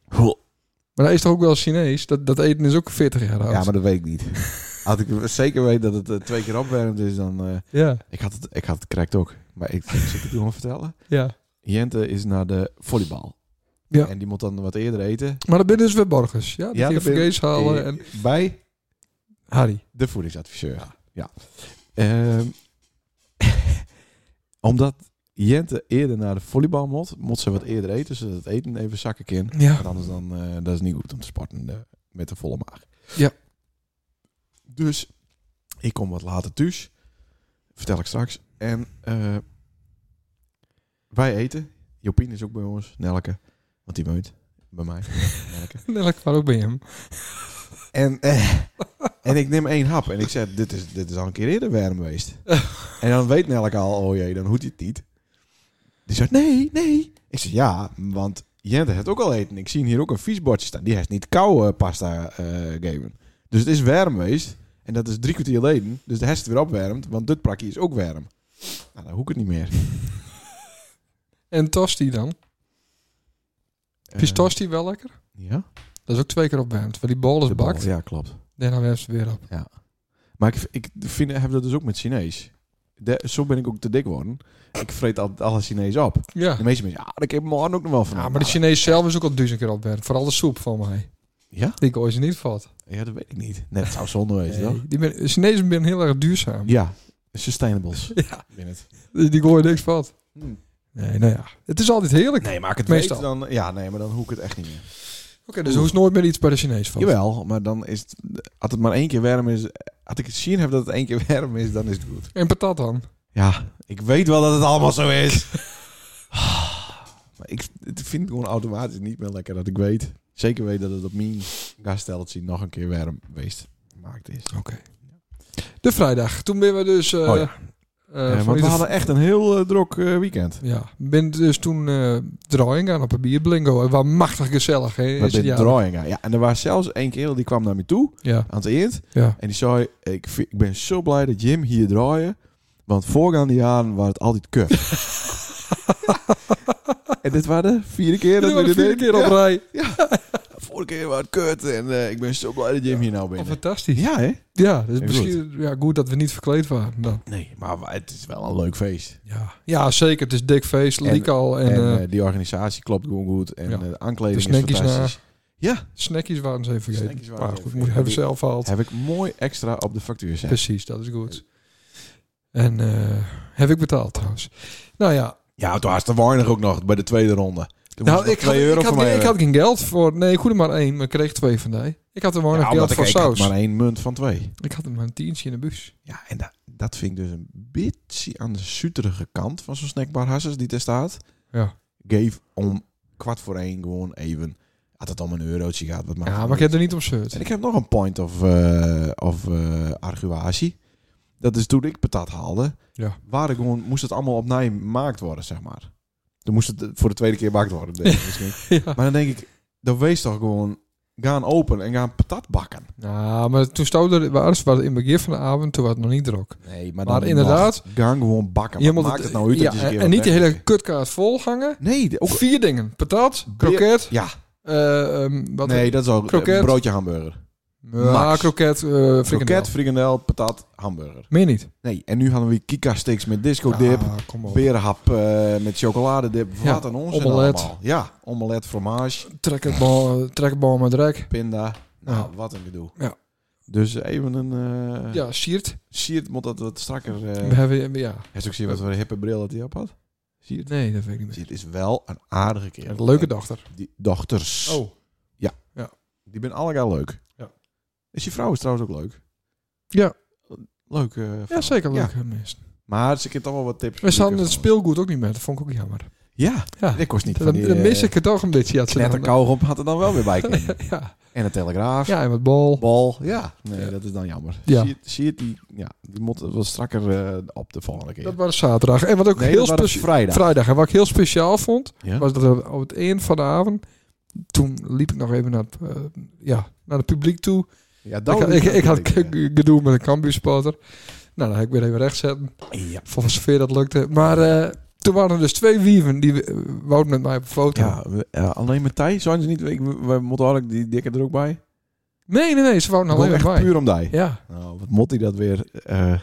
Speaker 2: Maar hij is toch ook wel Chinees? Dat, dat eten is ook 40 jaar oud.
Speaker 3: Ja, maar dat weet ik niet. Als ik zeker weet dat het eh, twee keer opwarmt is, dan... eh,
Speaker 2: ja,
Speaker 3: ik, had het, ik had het correct ook. Maar ik zal ik het gewoon vertellen.
Speaker 2: ja.
Speaker 3: Jente is naar de volleybal.
Speaker 2: Ja.
Speaker 3: En die moet dan wat eerder eten.
Speaker 2: Maar dat binnen dus weer borgers. Ja, dat
Speaker 3: Ja,
Speaker 2: ja, je
Speaker 3: dat ben-
Speaker 2: vergees halen.
Speaker 3: Eh,
Speaker 2: En...
Speaker 3: Bij
Speaker 2: Harry.
Speaker 3: de voedingsadviseur. Ja. Ehm, omdat Jente eerder naar de volleybal moet, moet ze wat eerder eten. Zodat het eten even zakken kan.
Speaker 2: Ja.
Speaker 3: Want anders dan, eh, dat is niet goed om te sporten eh, met de volle maag.
Speaker 2: Ja.
Speaker 3: Dus ik kom wat later thuis. Vertel ik straks. En eh, wij eten. Jopien is ook bij ons. Nelke. Want die woont bij mij. Nelke.
Speaker 2: Elk waar ook bij hem.
Speaker 3: En, eh, en ik neem één hap. En ik zeg, dit is, dit is al een keer eerder warm geweest. en dan weet Nelke al, oh jee, dan hoeft hij het niet. Die zegt, nee, nee. Ik zeg, ja, want Jente heeft ook al eten. Ik zie hier ook een viesbordje staan. Die heeft niet koude pasta eh gegeven. Dus het is warm geweest. En dat is drie kwartier geleden. Dus de hest weer opwarmt, want dit prakje is ook warm. Nou, dan hoek ik het niet meer.
Speaker 2: En Tosti dan? Is
Speaker 3: Eh,
Speaker 2: Tosti wel lekker?
Speaker 3: Ja?
Speaker 2: Dat is ook twee keer opwarmd. Waar die bol
Speaker 3: De
Speaker 2: is
Speaker 3: bal,
Speaker 2: bakt,
Speaker 3: Ja, klopt.
Speaker 2: daarna werpt ze weer op.
Speaker 3: Maar ik, ik vind, heb dat dus ook met Chinees. De, zo ben ik ook te dik geworden. Ik vreet altijd alle Chinees op.
Speaker 2: Ja.
Speaker 3: De meeste mensen, ja, ik heb mijn hand ook nog wel van. Nou,
Speaker 2: ja, maar de Chinees zelf is ook al duizend keer opwarmd. Vooral de soep van mij.
Speaker 3: Ja?
Speaker 2: Die gooi ze niet vat.
Speaker 3: Ja, dat weet ik niet. Net zou zonde wezen, toch?
Speaker 2: Die ben, de Chinezen zijn heel erg duurzaam.
Speaker 3: Ja, sustainables.
Speaker 2: Ja.
Speaker 3: Ben het.
Speaker 2: Dus die gooien niks vat.
Speaker 3: Hmm.
Speaker 2: Nee, nou ja. Het is altijd heerlijk.
Speaker 3: Nee, maar ik het
Speaker 2: Meestal.
Speaker 3: weet, dan, ja, nee, maar dan hoek ik het echt niet meer.
Speaker 2: Oké, dus er hoeft nooit meer iets bij de Chinees vat.
Speaker 3: Jawel, maar dan is het, als het maar één keer warm is, als ik het zien heb dat het één keer warm is, dan is het goed.
Speaker 2: En patat dan?
Speaker 3: Ja, ik weet wel dat het allemaal zo is. maar ik het vind het gewoon automatisch niet meer lekker dat ik weet. Zeker weet dat het op mijn gasteltje nog een keer warm geweest gemaakt is.
Speaker 2: Oké. De vrijdag. Toen ben we dus... eh
Speaker 3: Oh ja.
Speaker 2: eh,
Speaker 3: Eh,
Speaker 2: van
Speaker 3: want we
Speaker 2: ieder-
Speaker 3: hadden echt een heel eh, druk eh, weekend.
Speaker 2: Ja, ben dus toen eh drawing aan op een bierblingo. Het was machtig gezellig, hè?
Speaker 3: Met
Speaker 2: Is het
Speaker 3: dit
Speaker 2: ja.
Speaker 3: drawing. Ja, en er was zelfs één kerel die kwam naar me toe
Speaker 2: Ja,
Speaker 3: aan het eind.
Speaker 2: ja.
Speaker 3: En die zei, ik, vind- ik ben zo blij dat Jim hier draaien. Want voorgaande jaren was het altijd kut. en dit was de vierde keer dat
Speaker 2: Dit
Speaker 3: we
Speaker 2: was de
Speaker 3: dit
Speaker 2: vierde
Speaker 3: deden.
Speaker 2: keer
Speaker 3: Ja.
Speaker 2: op rij.
Speaker 3: Vorige keer was het kut en eh, ik ben zo blij dat Jim hier nou
Speaker 2: Oh,
Speaker 3: bent.
Speaker 2: fantastisch. Ja,
Speaker 3: ja, hè?
Speaker 2: dus
Speaker 3: Heel
Speaker 2: misschien ja, goed dat we niet verkleed waren dan.
Speaker 3: Nee, maar wa- het is wel een leuk feest.
Speaker 2: Ja, ja zeker. Het is dik feest,
Speaker 3: En-
Speaker 2: liek al. En,
Speaker 3: En,
Speaker 2: eh,
Speaker 3: eh, die organisatie klopt gewoon goed. En
Speaker 2: ja.
Speaker 3: eh, de aankleding
Speaker 2: De snackies
Speaker 3: is fantastisch.
Speaker 2: snackies waren ze even
Speaker 3: Snackies
Speaker 2: vergeten.
Speaker 3: waren
Speaker 2: Maar
Speaker 3: ze
Speaker 2: goed,
Speaker 3: even
Speaker 2: moet hebben
Speaker 3: vergeten.
Speaker 2: zelf gehaald.
Speaker 3: Heb ik mooi extra op de factuur zijn.
Speaker 2: Precies, dat is goed. En eh, heb ik betaald trouwens. Nou ja,
Speaker 3: Ja, toen was de warnig ook nog bij de tweede ronde. Er moest
Speaker 2: Nou,
Speaker 3: nog
Speaker 2: ik, had,
Speaker 3: twee
Speaker 2: ik,
Speaker 3: euro
Speaker 2: had,
Speaker 3: voor mij eh.
Speaker 2: ik
Speaker 3: weg.
Speaker 2: had geen geld voor. Nee, ik hoorde maar één, maar ik kreeg twee van die. Ik had er gewoon nog
Speaker 3: Ja, omdat
Speaker 2: geld
Speaker 3: ik,
Speaker 2: voor
Speaker 3: ik had
Speaker 2: saus.
Speaker 3: maar één munt van twee.
Speaker 2: Ik had er maar een tientje in de bus.
Speaker 3: Ja, en dat, dat vind ik dus een beetje aan de zuterige kant van zo'n snackbar Hassers die er staat.
Speaker 2: Ja.
Speaker 3: Geef om kwart voor één gewoon even. Had het om een eurotje gaat, wat maakt
Speaker 2: Ja,
Speaker 3: het
Speaker 2: maar ik
Speaker 3: uit.
Speaker 2: heb er niet op zeurt.
Speaker 3: En ik heb nog een point of, eh, of eh, arguatie. Dat is toen ik patat haalde.
Speaker 2: Ja.
Speaker 3: Waar ik gewoon, moest het allemaal opnieuw gemaakt worden, zeg maar. Dan moest het voor de tweede keer gemaakt worden. denk ik misschien.
Speaker 2: Ja.
Speaker 3: Maar dan denk ik, dan wees toch gewoon... Gaan open en gaan patat bakken.
Speaker 2: Nou, maar toen stond er, we waren in het begin van de avond, toen was het nog niet druk.
Speaker 3: Nee, maar,
Speaker 2: dan nog.
Speaker 3: Gaan gewoon bakken. Wat maakt het nou uit
Speaker 2: ja,
Speaker 3: dat je eens een keer
Speaker 2: En
Speaker 3: wat
Speaker 2: niet die hele
Speaker 3: wegkijkt?
Speaker 2: kutkaart volhangen.
Speaker 3: Nee, de- ook...
Speaker 2: Vier dingen. Patat, kroket,
Speaker 3: Ja,
Speaker 2: eh, ehm, wat
Speaker 3: nee, dat is ook
Speaker 2: Kroket.
Speaker 3: een broodje hamburger.
Speaker 2: Ja,
Speaker 3: Max.
Speaker 2: kroket, eh
Speaker 3: Kroket,
Speaker 2: frikandel.
Speaker 3: frikandel, patat, hamburger.
Speaker 2: Meer niet.
Speaker 3: Nee, en nu hadden we kika sticks met disco dip.
Speaker 2: Ah, kom op.
Speaker 3: Berenhap eh, met chocoladedip.
Speaker 2: Ja,
Speaker 3: Wat een onzin
Speaker 2: omelet.
Speaker 3: allemaal. Ja, omelet, fromage,
Speaker 2: Trek het bal, trek het bal maar drek.
Speaker 3: pinda. Nou, wat een gedoe.
Speaker 2: Ja.
Speaker 3: Dus even een... eh ja.
Speaker 2: Ja, Siert.
Speaker 3: Siert moet dat wat strakker... eh
Speaker 2: We hebben, ja.
Speaker 3: Hij is ook zien wat voor een hippe bril dat hij op had. Siert.
Speaker 2: Nee, dat weet ik niet.
Speaker 3: Siert is wel een aardige kerel.
Speaker 2: Een leuke dochter.
Speaker 3: Die dochters.
Speaker 2: Oh.
Speaker 3: Die ben allemaal leuk.
Speaker 2: Ja.
Speaker 3: Is je vrouw is trouwens ook leuk?
Speaker 2: Ja.
Speaker 3: Leuk. eh, vrouw.
Speaker 2: Ja, zeker
Speaker 3: Ja.
Speaker 2: leuke mensen.
Speaker 3: Maar ze kent toch wel wat tips.
Speaker 2: We hadden het
Speaker 3: speel.
Speaker 2: speelgoed ook niet meer. Dat vond ik ook jammer.
Speaker 3: Ja,
Speaker 2: Ja.
Speaker 3: ik kost niet
Speaker 2: Dan,
Speaker 3: van die... eh,
Speaker 2: dan mis ik het toch een beetje. Ja, het zijn
Speaker 3: Net een
Speaker 2: dan-
Speaker 3: kauwgom had er dan wel weer bij kunnen.
Speaker 2: Ja.
Speaker 3: En een telegraaf.
Speaker 2: ja, en wat bal.
Speaker 3: Bal. Ja. Nee,
Speaker 2: Ja.
Speaker 3: dat is dan jammer.
Speaker 2: Ja.
Speaker 3: Zie, je- zie je het die... Ja, die moet het wel strakker eh, op de volgende keer.
Speaker 2: Dat was zaterdag. En wat ook
Speaker 3: nee,
Speaker 2: heel
Speaker 3: dat was
Speaker 2: speciaal...
Speaker 3: vrijdag.
Speaker 2: Vrijdag. En wat ik heel speciaal vond,
Speaker 3: Ja?
Speaker 2: was dat er op het eind van de avond... Toen liep ik nog even naar het, eh, ja, naar het publiek toe.
Speaker 3: ja,
Speaker 2: Ik,
Speaker 3: dan
Speaker 2: had- ik, ik had
Speaker 3: Ja.
Speaker 2: k- gedoe met een Cambuur-supporter. Nou, dan heb ik weer even recht zetten.
Speaker 3: Ja.
Speaker 2: Volgens zover dat lukte. Maar eh, toen waren er dus twee wieven die eh, wouden met mij op een foto.
Speaker 3: Ja, we- ja, alleen met Thij zijn ze niet... Ik, we, we moeten eigenlijk die dikke er ook bij.
Speaker 2: Nee, nee, nee. Ze wouden Nou, alleen
Speaker 3: Gewoon
Speaker 2: met
Speaker 3: echt
Speaker 2: mij.
Speaker 3: puur om Thij.
Speaker 2: Ja,
Speaker 3: Nou, wat moet hij dat weer... eh,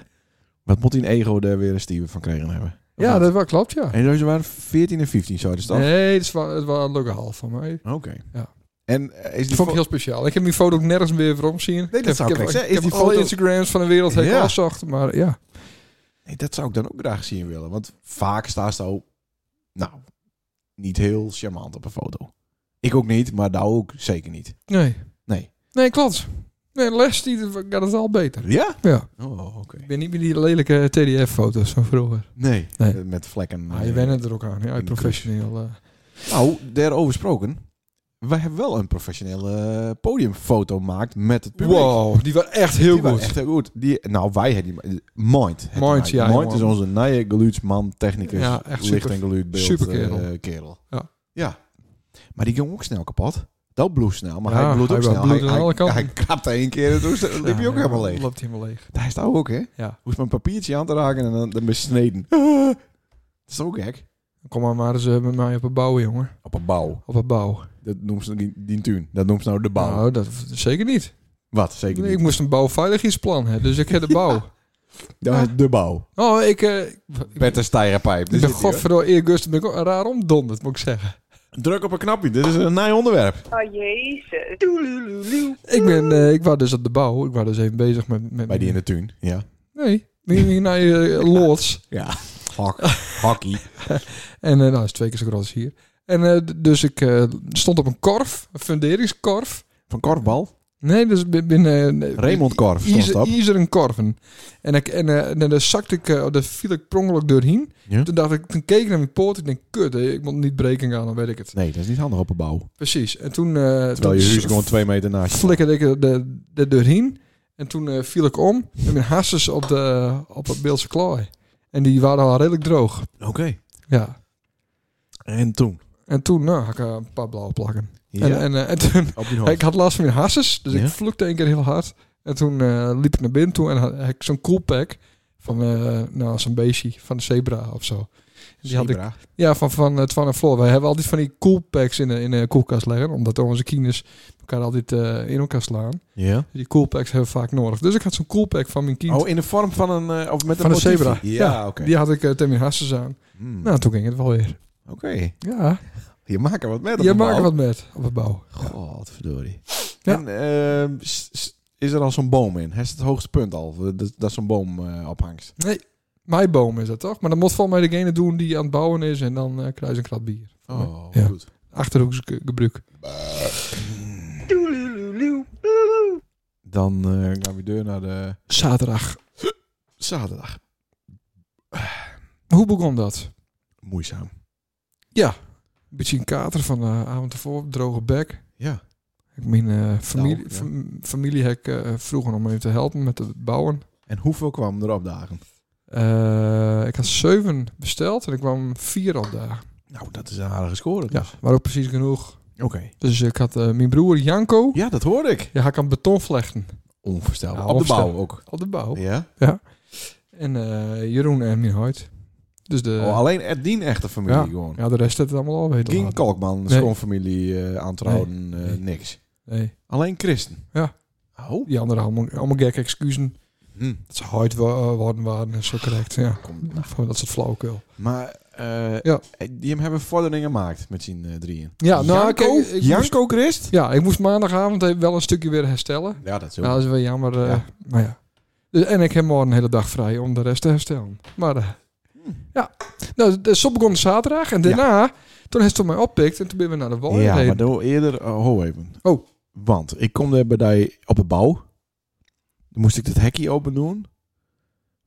Speaker 3: wat moet hij een ego daar weer een stieven van kregen hebben?
Speaker 2: ja dat wel, klopt, ja.
Speaker 3: En ze waren 14 en 15 zouden staan.
Speaker 2: Nee, het was, het was een leuke half van mij.
Speaker 3: Oké.
Speaker 2: Ja.
Speaker 3: En eh, is
Speaker 2: Dat
Speaker 3: die
Speaker 2: vond ik
Speaker 3: fo-
Speaker 2: heel speciaal. Ik heb die foto ook nergens meer van zien. Nee,
Speaker 3: dat zou ik
Speaker 2: heb,
Speaker 3: zeggen. Is
Speaker 2: ik heb
Speaker 3: die
Speaker 2: alle
Speaker 3: foto-
Speaker 2: Instagrams van de wereld heb ik
Speaker 3: Ja.
Speaker 2: afzacht, maar ja.
Speaker 3: Nee, dat zou ik dan ook graag zien willen. Want vaak staan ze ook, nou, niet heel charmant op een foto. Ik ook niet, maar daar ook zeker niet.
Speaker 2: Nee.
Speaker 3: Nee.
Speaker 2: Nee, klopt. Nee, les die gaat het al beter.
Speaker 3: Ja?
Speaker 2: Ja.
Speaker 3: Oh, oké.
Speaker 2: Ik ben niet meer die lelijke TDF-foto's van vroeger.
Speaker 3: Nee.
Speaker 2: Nee.
Speaker 3: eh, Met vlekken.
Speaker 2: Maar je
Speaker 3: eh,
Speaker 2: wennet er ook aan, ja,
Speaker 3: in de
Speaker 2: professioneel. eh.
Speaker 3: Nou, daarover gesproken. Wij hebben wel een professionele eh, podiumfoto gemaakt met het publiek.
Speaker 2: Wow, die was echt heel
Speaker 3: Die waren
Speaker 2: goed.
Speaker 3: Echt heel goed. Die, nou, wij hebben die... Mind. het
Speaker 2: Mind,
Speaker 3: maakt.
Speaker 2: ja,
Speaker 3: Mind
Speaker 2: jongen.
Speaker 3: is onze nieuwe geluidsman, technicus,
Speaker 2: Ja, echt
Speaker 3: licht
Speaker 2: super.
Speaker 3: en geluid, beeld,
Speaker 2: Super
Speaker 3: eh,
Speaker 2: kerel.
Speaker 3: kerel.
Speaker 2: Ja.
Speaker 3: ja. Maar die ging ook snel kapot. Dat bloedt snel, maar
Speaker 2: Ja,
Speaker 3: hij bloedt
Speaker 2: hij
Speaker 3: ook
Speaker 2: wel
Speaker 3: snel.
Speaker 2: bloedt
Speaker 3: hij,
Speaker 2: aan alle
Speaker 3: hij,
Speaker 2: kanten.
Speaker 3: hij krapte één keer en toen st- liep hij ook
Speaker 2: Ja,
Speaker 3: helemaal leeg.
Speaker 2: Loopt helemaal leeg.
Speaker 3: Daar staat ook, hè?
Speaker 2: Ja.
Speaker 3: Hoeft mijn papiertje aan te raken en dan, dan besneden. Dat is ook gek.
Speaker 2: Kom maar maar eens eh, met mij op een bouw, jongen.
Speaker 3: Op een bouw.
Speaker 2: Op een bouw.
Speaker 3: Dat noemt ze die, die tuin. Dat noemt ze nou de bouw.
Speaker 2: Nou, dat zeker niet.
Speaker 3: Wat? Zeker
Speaker 2: ik
Speaker 3: niet.
Speaker 2: moest een bouwveiligheidsplan hebben, dus ik heb de bouw.
Speaker 3: Dat is de bouw.
Speaker 2: Oh, ik... eh ik
Speaker 3: Met een stijgerpijp.
Speaker 2: ben
Speaker 3: Daar zit hij, hoor.
Speaker 2: godverdomme eergust ben ik ook raar omdonderd, moet ik zeggen.
Speaker 3: Druk op een knapje. Dit is een nieuw onderwerp.
Speaker 4: Oh jezus.
Speaker 2: Ik ben... eh, ik was dus op de bouw. Ik was dus even bezig met... met
Speaker 3: Bij die in de tuin, ja.
Speaker 2: Nee. Ging ging naar je eh, loods.
Speaker 3: Ja. Hok, hockey.
Speaker 2: En eh nou, dat is twee keer zo groot als hier. En eh, d- dus ik eh, stond op een korf. Een funderingskorf.
Speaker 3: Van korfbal.
Speaker 2: Nee, dus ben... ben, eh,
Speaker 3: Raymond Korf stond het
Speaker 2: Izer,
Speaker 3: op.
Speaker 2: Izer en Korven. En, ik, en, eh, en dan zakte ik, eh, daar viel ik per ongeluk doorheen.
Speaker 3: Ja.
Speaker 2: Toen dacht ik, toen keek ik naar mijn poot. Ik denk, kut, hè, ik moet niet breken gaan, dan weet ik het.
Speaker 3: Nee, dat is niet handig op een bouw.
Speaker 2: Precies. En toen, eh
Speaker 3: Terwijl
Speaker 2: toen
Speaker 3: je huis
Speaker 2: s-
Speaker 3: gewoon twee meter naast je staat.
Speaker 2: flikkerde ik er de, de doorheen. En toen eh, viel ik om met mijn hasses op, de, op het Beeldse klooi. En die waren al redelijk droog.
Speaker 3: Oké.
Speaker 2: Ja.
Speaker 3: En toen?
Speaker 2: En toen, nou, had ik eh, een paar blauwe plakken.
Speaker 3: Ja,
Speaker 2: En, en, eh, en toen,
Speaker 3: op je
Speaker 2: ik had last van mijn hasses, dus
Speaker 3: Ja.
Speaker 2: ik vloekte één keer heel hard. En toen eh, liep ik naar binnen toe en had, had ik zo'n coolpack van eh nou, zo'n beestje van de zebra of zo. Die had ik, ja, van, van het Van en Floor. Wij hebben altijd van die coolpacks in de, in de koelkast liggen, omdat onze kines elkaar altijd eh, in elkaar slaan.
Speaker 3: Ja.
Speaker 2: Die coolpacks hebben we vaak nodig. Dus ik had zo'n coolpack van mijn kines.
Speaker 3: Oh, in de vorm van een... eh, of met
Speaker 2: van een
Speaker 3: motiefje.
Speaker 2: zebra.
Speaker 3: Ja, oké.
Speaker 2: Die had ik eh, tegen mijn hasses aan.
Speaker 3: Hmm,
Speaker 2: Nou, toen ging het wel weer.
Speaker 3: Oké.
Speaker 2: Ja,
Speaker 3: Je maakt er wat met op
Speaker 2: je
Speaker 3: een
Speaker 2: maakt er
Speaker 3: bouw.
Speaker 2: wat met op het bouw.
Speaker 3: Godverdorie.
Speaker 2: Ja.
Speaker 3: En ehm, s- s- is er al zo'n boom in? Hij is het hoogste punt al, dat, dat zo'n boom eh, ophangt.
Speaker 2: Mijn boom is dat toch? Maar dan moet volgens mij degene doen die aan het bouwen is en dan eh kruis een krat bier.
Speaker 3: Oh,
Speaker 2: Ja.
Speaker 3: goed.
Speaker 2: Achterhoeksgebruik.
Speaker 3: Dan eh, gaan we deur naar de
Speaker 2: Zaterdag.
Speaker 3: zaterdag.
Speaker 2: Hoe begon dat?
Speaker 3: Moeizaam.
Speaker 2: Beetje een kater van de avond ervoor, droge bek.
Speaker 3: Ja.
Speaker 2: Ik mijn eh, familie,
Speaker 3: Nou, ja.
Speaker 2: fam- familie heb ik eh, vroeger om me te helpen met het bouwen.
Speaker 3: En hoeveel kwamen er opdagen?
Speaker 2: Eh, ik had zeven besteld en ik kwam vier op daar.
Speaker 3: Nou, dat is een aardige score.
Speaker 2: Ja,
Speaker 3: dus.
Speaker 2: maar ook precies genoeg.
Speaker 3: Oké.
Speaker 2: Dus ik had eh, mijn broer Janko.
Speaker 3: Ja, dat hoorde ik.
Speaker 2: Ja, hij kan beton vlechten.
Speaker 3: Onvoorstelbaar.
Speaker 2: Ja,
Speaker 3: Op de bouw
Speaker 2: onvoorstelbaar.
Speaker 3: ook.
Speaker 2: Op de bouw.
Speaker 3: Ja.
Speaker 2: En eh, Jeroen en mijn huid. Dus de,
Speaker 3: Oh, alleen Ed Dien echte familie
Speaker 2: Ja.
Speaker 3: gewoon.
Speaker 2: ja, de rest heeft het allemaal al weten
Speaker 3: Geen
Speaker 2: laten.
Speaker 3: Kalkman,
Speaker 2: Nee.
Speaker 3: schoonfamilie eh, aantrouwen, eh,
Speaker 2: Nee.
Speaker 3: niks.
Speaker 2: Nee,
Speaker 3: Alleen christen.
Speaker 2: Ja.
Speaker 3: Oh.
Speaker 2: die anderen allemaal, allemaal gek excuses.
Speaker 3: Hm.
Speaker 2: Dat ze huid wa- worden waren en zo correct. Ja,
Speaker 3: Kom,
Speaker 2: Van dat soort flauwekul.
Speaker 3: Maar eh
Speaker 2: Ja.
Speaker 3: die hem hebben vorderingen gemaakt met zijn eh, drieën.
Speaker 2: Ja, nou,
Speaker 3: Janko,
Speaker 2: kijk, ik moest-
Speaker 3: Janko Christ?
Speaker 2: Ja, ik moest maandagavond even wel een stukje weer herstellen.
Speaker 3: Ja, dat is
Speaker 2: Ja, dat is wel jammer. eh,
Speaker 3: Ja.
Speaker 2: Maar ja. Dus, en ik heb morgen een hele dag vrij om de rest te herstellen. Maar eh,
Speaker 3: Hmm.
Speaker 2: ja, nou, de sop begon zaterdag en daarna, toen heeft het mij oppikt en toen ben we naar de wal
Speaker 3: Ja, maar
Speaker 2: gereden.
Speaker 3: dan wil eerder... oh, ho even.
Speaker 2: Oh.
Speaker 3: Want ik kom daar bij die op de bouw. Dan moest ik dat hekje open doen.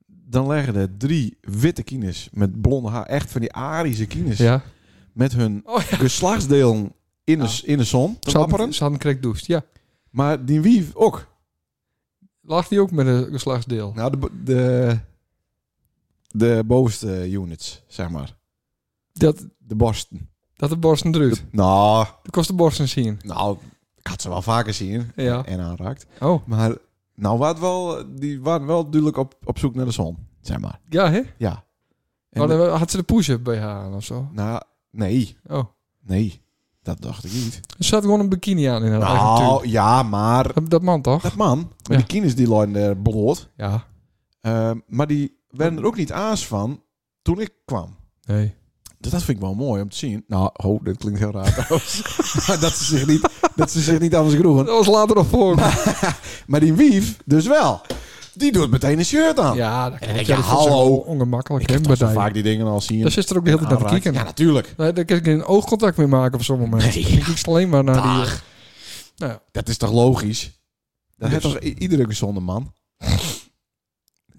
Speaker 3: Dan leggen er drie witte kines met blonde haar. Echt van die Arische kines.
Speaker 2: Ja.
Speaker 3: Met hun
Speaker 2: Oh ja,
Speaker 3: geslachtsdelen in de, in de zon. te
Speaker 2: ze hadden,
Speaker 3: wapperen.
Speaker 2: ze hadden krek doucht, ja.
Speaker 3: Maar die wief ook.
Speaker 2: Lag die ook met een geslachtsdeel?
Speaker 3: Nou, de, bo- de, de bovenste units, zeg maar.
Speaker 2: Dat,
Speaker 3: De borsten.
Speaker 2: dat de borsten drukt.
Speaker 3: Nou,
Speaker 2: Dat kost de borsten zien.
Speaker 3: nou, ik had ze wel vaker zien.
Speaker 2: Ja.
Speaker 3: En aanraakt.
Speaker 2: Oh,
Speaker 3: Maar nou, waren wel, die waren wel duidelijk op, op zoek naar de zon, zeg maar.
Speaker 2: ja hè?
Speaker 3: Ja. En
Speaker 2: Maar
Speaker 3: de-
Speaker 2: dan had ze de push-up bij haar aan of zo?
Speaker 3: nou, nee,
Speaker 2: Oh,
Speaker 3: nee, dat dacht ik niet.
Speaker 2: er zat gewoon een bikini aan in haar eigen tuin.
Speaker 3: Nou, ja, maar
Speaker 2: Dat, dat man toch?
Speaker 3: dat man, met
Speaker 2: Ja.
Speaker 3: die kines die lijn er bloot.
Speaker 2: Ja,
Speaker 3: eh, maar die werden er ook niet aas van toen ik kwam.
Speaker 2: nee.
Speaker 3: Dus dat vind ik wel mooi om te zien. Nou, ho, dit klinkt heel raar trouwens. Maar dat ze zich niet, dat ze zich niet anders
Speaker 2: Dat
Speaker 3: groeien.
Speaker 2: was later nog voor.
Speaker 3: Maar die wief dus wel. Die doet meteen een shirt aan.
Speaker 2: Ja, dat klopt.
Speaker 3: denk
Speaker 2: Ja,
Speaker 3: je,
Speaker 2: dat is
Speaker 3: hallo.
Speaker 2: wel ongemakkelijk
Speaker 3: ik
Speaker 2: hè,
Speaker 3: heb
Speaker 2: bij
Speaker 3: toch zo
Speaker 2: die.
Speaker 3: vaak die dingen al zien.
Speaker 2: Daar zit er ook de hele tijd naar te
Speaker 3: aanraakt.
Speaker 2: kijken.
Speaker 3: Ja, natuurlijk.
Speaker 2: Nee, daar kan ik geen oogcontact mee maken op zo'n moment.
Speaker 3: Nee.
Speaker 2: Ik kijk alleen maar naar die...
Speaker 3: Dag.
Speaker 2: Nou ja.
Speaker 3: Dat is toch logisch?
Speaker 2: Dus-
Speaker 3: Dat heeft toch i- iedere gezonde man.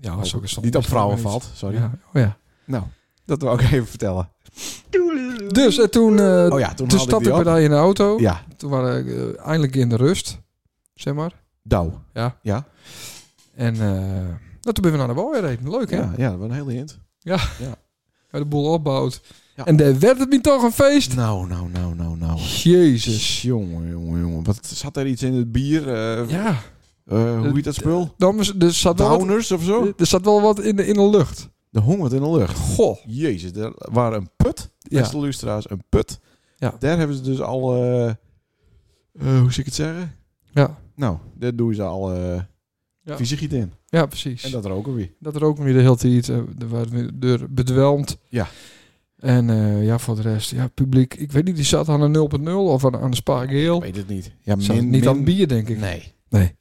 Speaker 2: Ja, was ook een
Speaker 3: Niet op vrouwen valt, sorry.
Speaker 2: Ja, oh ja.
Speaker 3: Nou, dat wil ik even vertellen.
Speaker 2: Dus en toen, eh,
Speaker 3: Oh ja,
Speaker 2: toen
Speaker 3: toen haalde ik
Speaker 2: stapte
Speaker 3: die
Speaker 2: ik bij
Speaker 3: op.
Speaker 2: die in de auto.
Speaker 3: Ja,
Speaker 2: Toen waren ik eh, eindelijk in de rust, zeg maar.
Speaker 3: douw.
Speaker 2: Ja.
Speaker 3: Ja,
Speaker 2: En eh, nou, toen ben we naar de wal gereden. Leuk, hè?
Speaker 3: ja, ja dat was een hele hint.
Speaker 2: Ja, de boel opbouwt.
Speaker 3: Ja.
Speaker 2: En daar werd het niet toch een feest?
Speaker 3: Nou, nou, nou, nou, nou.
Speaker 2: Jezus.
Speaker 3: Jongen, jongen, jongen. Wat zat er iets in het bier? Eh,
Speaker 2: Ja,
Speaker 3: eh, hoe heet dat spul?
Speaker 2: dan was- er zat, wel wat,
Speaker 3: Downers of zo?
Speaker 2: er zat wel wat in de, in de lucht.
Speaker 3: De hongert in de lucht.
Speaker 2: Goh.
Speaker 3: Jezus, er waren een put.
Speaker 2: Ja.
Speaker 3: Beste luisteraars, een put.
Speaker 2: Ja.
Speaker 3: Daar hebben ze dus al... eh, eh, hoe zou ik het zeggen?
Speaker 2: Ja,
Speaker 3: Nou, daar doen ze al eh
Speaker 2: Ja.
Speaker 3: fysiek in.
Speaker 2: ja precies.
Speaker 3: En dat roken weer.
Speaker 2: Dat er ook weer de hele tijd eh, er waren we door bedwelmd.
Speaker 3: Ja.
Speaker 2: En eh, ja, voor de rest, ja, publiek. Ik weet niet, die zat aan een 0.0 of aan, aan de
Speaker 3: Ik
Speaker 2: spaargeel.
Speaker 3: weet het niet. Ja,
Speaker 2: Zat niet aan bier, denk ik.
Speaker 3: Nee.
Speaker 2: Nee.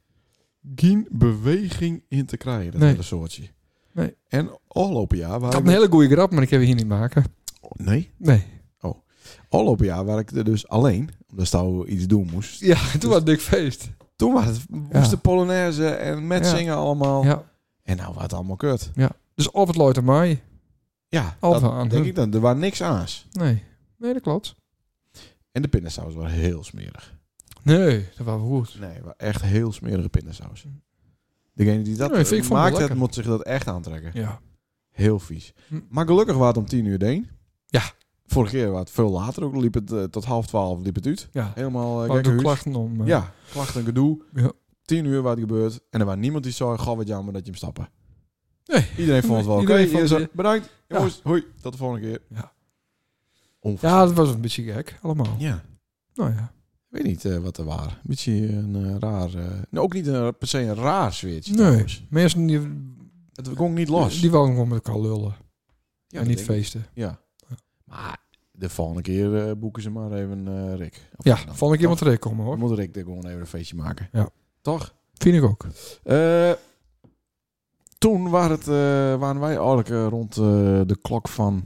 Speaker 3: Geen beweging in te krijgen, dat
Speaker 2: Nee.
Speaker 3: hele soortje.
Speaker 2: Nee.
Speaker 3: En afgelopen jaar...
Speaker 2: Ik
Speaker 3: Waar
Speaker 2: had een hele goede grap, maar ik heb hem hier niet maken.
Speaker 3: Nee.
Speaker 2: Nee.
Speaker 3: Afgelopen jaar waar ik er dus alleen, omdat Stouw iets doen moest.
Speaker 2: Ja, toen was het dik feest.
Speaker 3: Toen was het, moest de Polonaise en met
Speaker 2: Ja.
Speaker 3: zingen allemaal.
Speaker 2: Ja.
Speaker 3: En nou, wat allemaal kut.
Speaker 2: Dus of het looit aan mij.
Speaker 3: Ja,
Speaker 2: Al
Speaker 3: dat
Speaker 2: aan
Speaker 3: denk
Speaker 2: hun.
Speaker 3: ik dan. Er was niks aans.
Speaker 2: Nee. Nee, dat klopt.
Speaker 3: En de pindasaus was heel smerig.
Speaker 2: Nee, dat was goed.
Speaker 3: Nee, wa- echt heel smerige pindasaus. Degene die dat
Speaker 2: Mm. Nee, vind ik- vond het
Speaker 3: maakt,
Speaker 2: lekker.
Speaker 3: dat moet zich dat echt aantrekken.
Speaker 2: Ja.
Speaker 3: Heel vies.
Speaker 2: Hm.
Speaker 3: Maar gelukkig was het om tien uur deen.
Speaker 2: Ja.
Speaker 3: Vorige keer was het veel later ook. Liep het eh, tot half twaalf liep het uit.
Speaker 2: Ja.
Speaker 3: Helemaal
Speaker 2: We
Speaker 3: eh,
Speaker 2: hadden
Speaker 3: gekkenhuis.
Speaker 2: Oh, klachten om. eh,
Speaker 3: Ja, klachten en gedoe.
Speaker 2: Ja.
Speaker 3: Tien uur was het gebeurd. En er was niemand die zei, goh wat jammer dat je hem stappen.
Speaker 2: Nee.
Speaker 3: Iedereen vond het wel oké.
Speaker 2: Iedereen vond
Speaker 3: Iedereen
Speaker 2: het-
Speaker 3: zei, Bedankt.
Speaker 2: Ja.
Speaker 3: Jongens, hoi. Tot de volgende keer.
Speaker 2: Ja.
Speaker 3: Onverschillig.
Speaker 2: ja, dat was een beetje gek. Allemaal.
Speaker 3: Ja.
Speaker 2: Nou ja.
Speaker 3: Ik weet niet eh, wat er waar. Een beetje een eh, raar... eh, nou, ook niet een, per se een raar zweertje. trouwens.
Speaker 2: Nee. Mensen die,
Speaker 3: Het ging niet los.
Speaker 2: die wouden gewoon met elkaar lullen.
Speaker 3: Ja,
Speaker 2: en
Speaker 3: dat
Speaker 2: niet
Speaker 3: denk ik.
Speaker 2: feesten.
Speaker 3: Ja. Maar de volgende keer eh, boeken ze maar even eh, Rick. Of
Speaker 2: Ja,
Speaker 3: dan-
Speaker 2: vond ik iemand erin komen
Speaker 3: Dan
Speaker 2: hoor.
Speaker 3: moet Rick er gewoon even een feestje maken.
Speaker 2: Ja.
Speaker 3: Toch?
Speaker 2: Vind ik ook.
Speaker 3: Eh, toen waren, het, eh, waren wij eigenlijk eh, rond eh, de klok van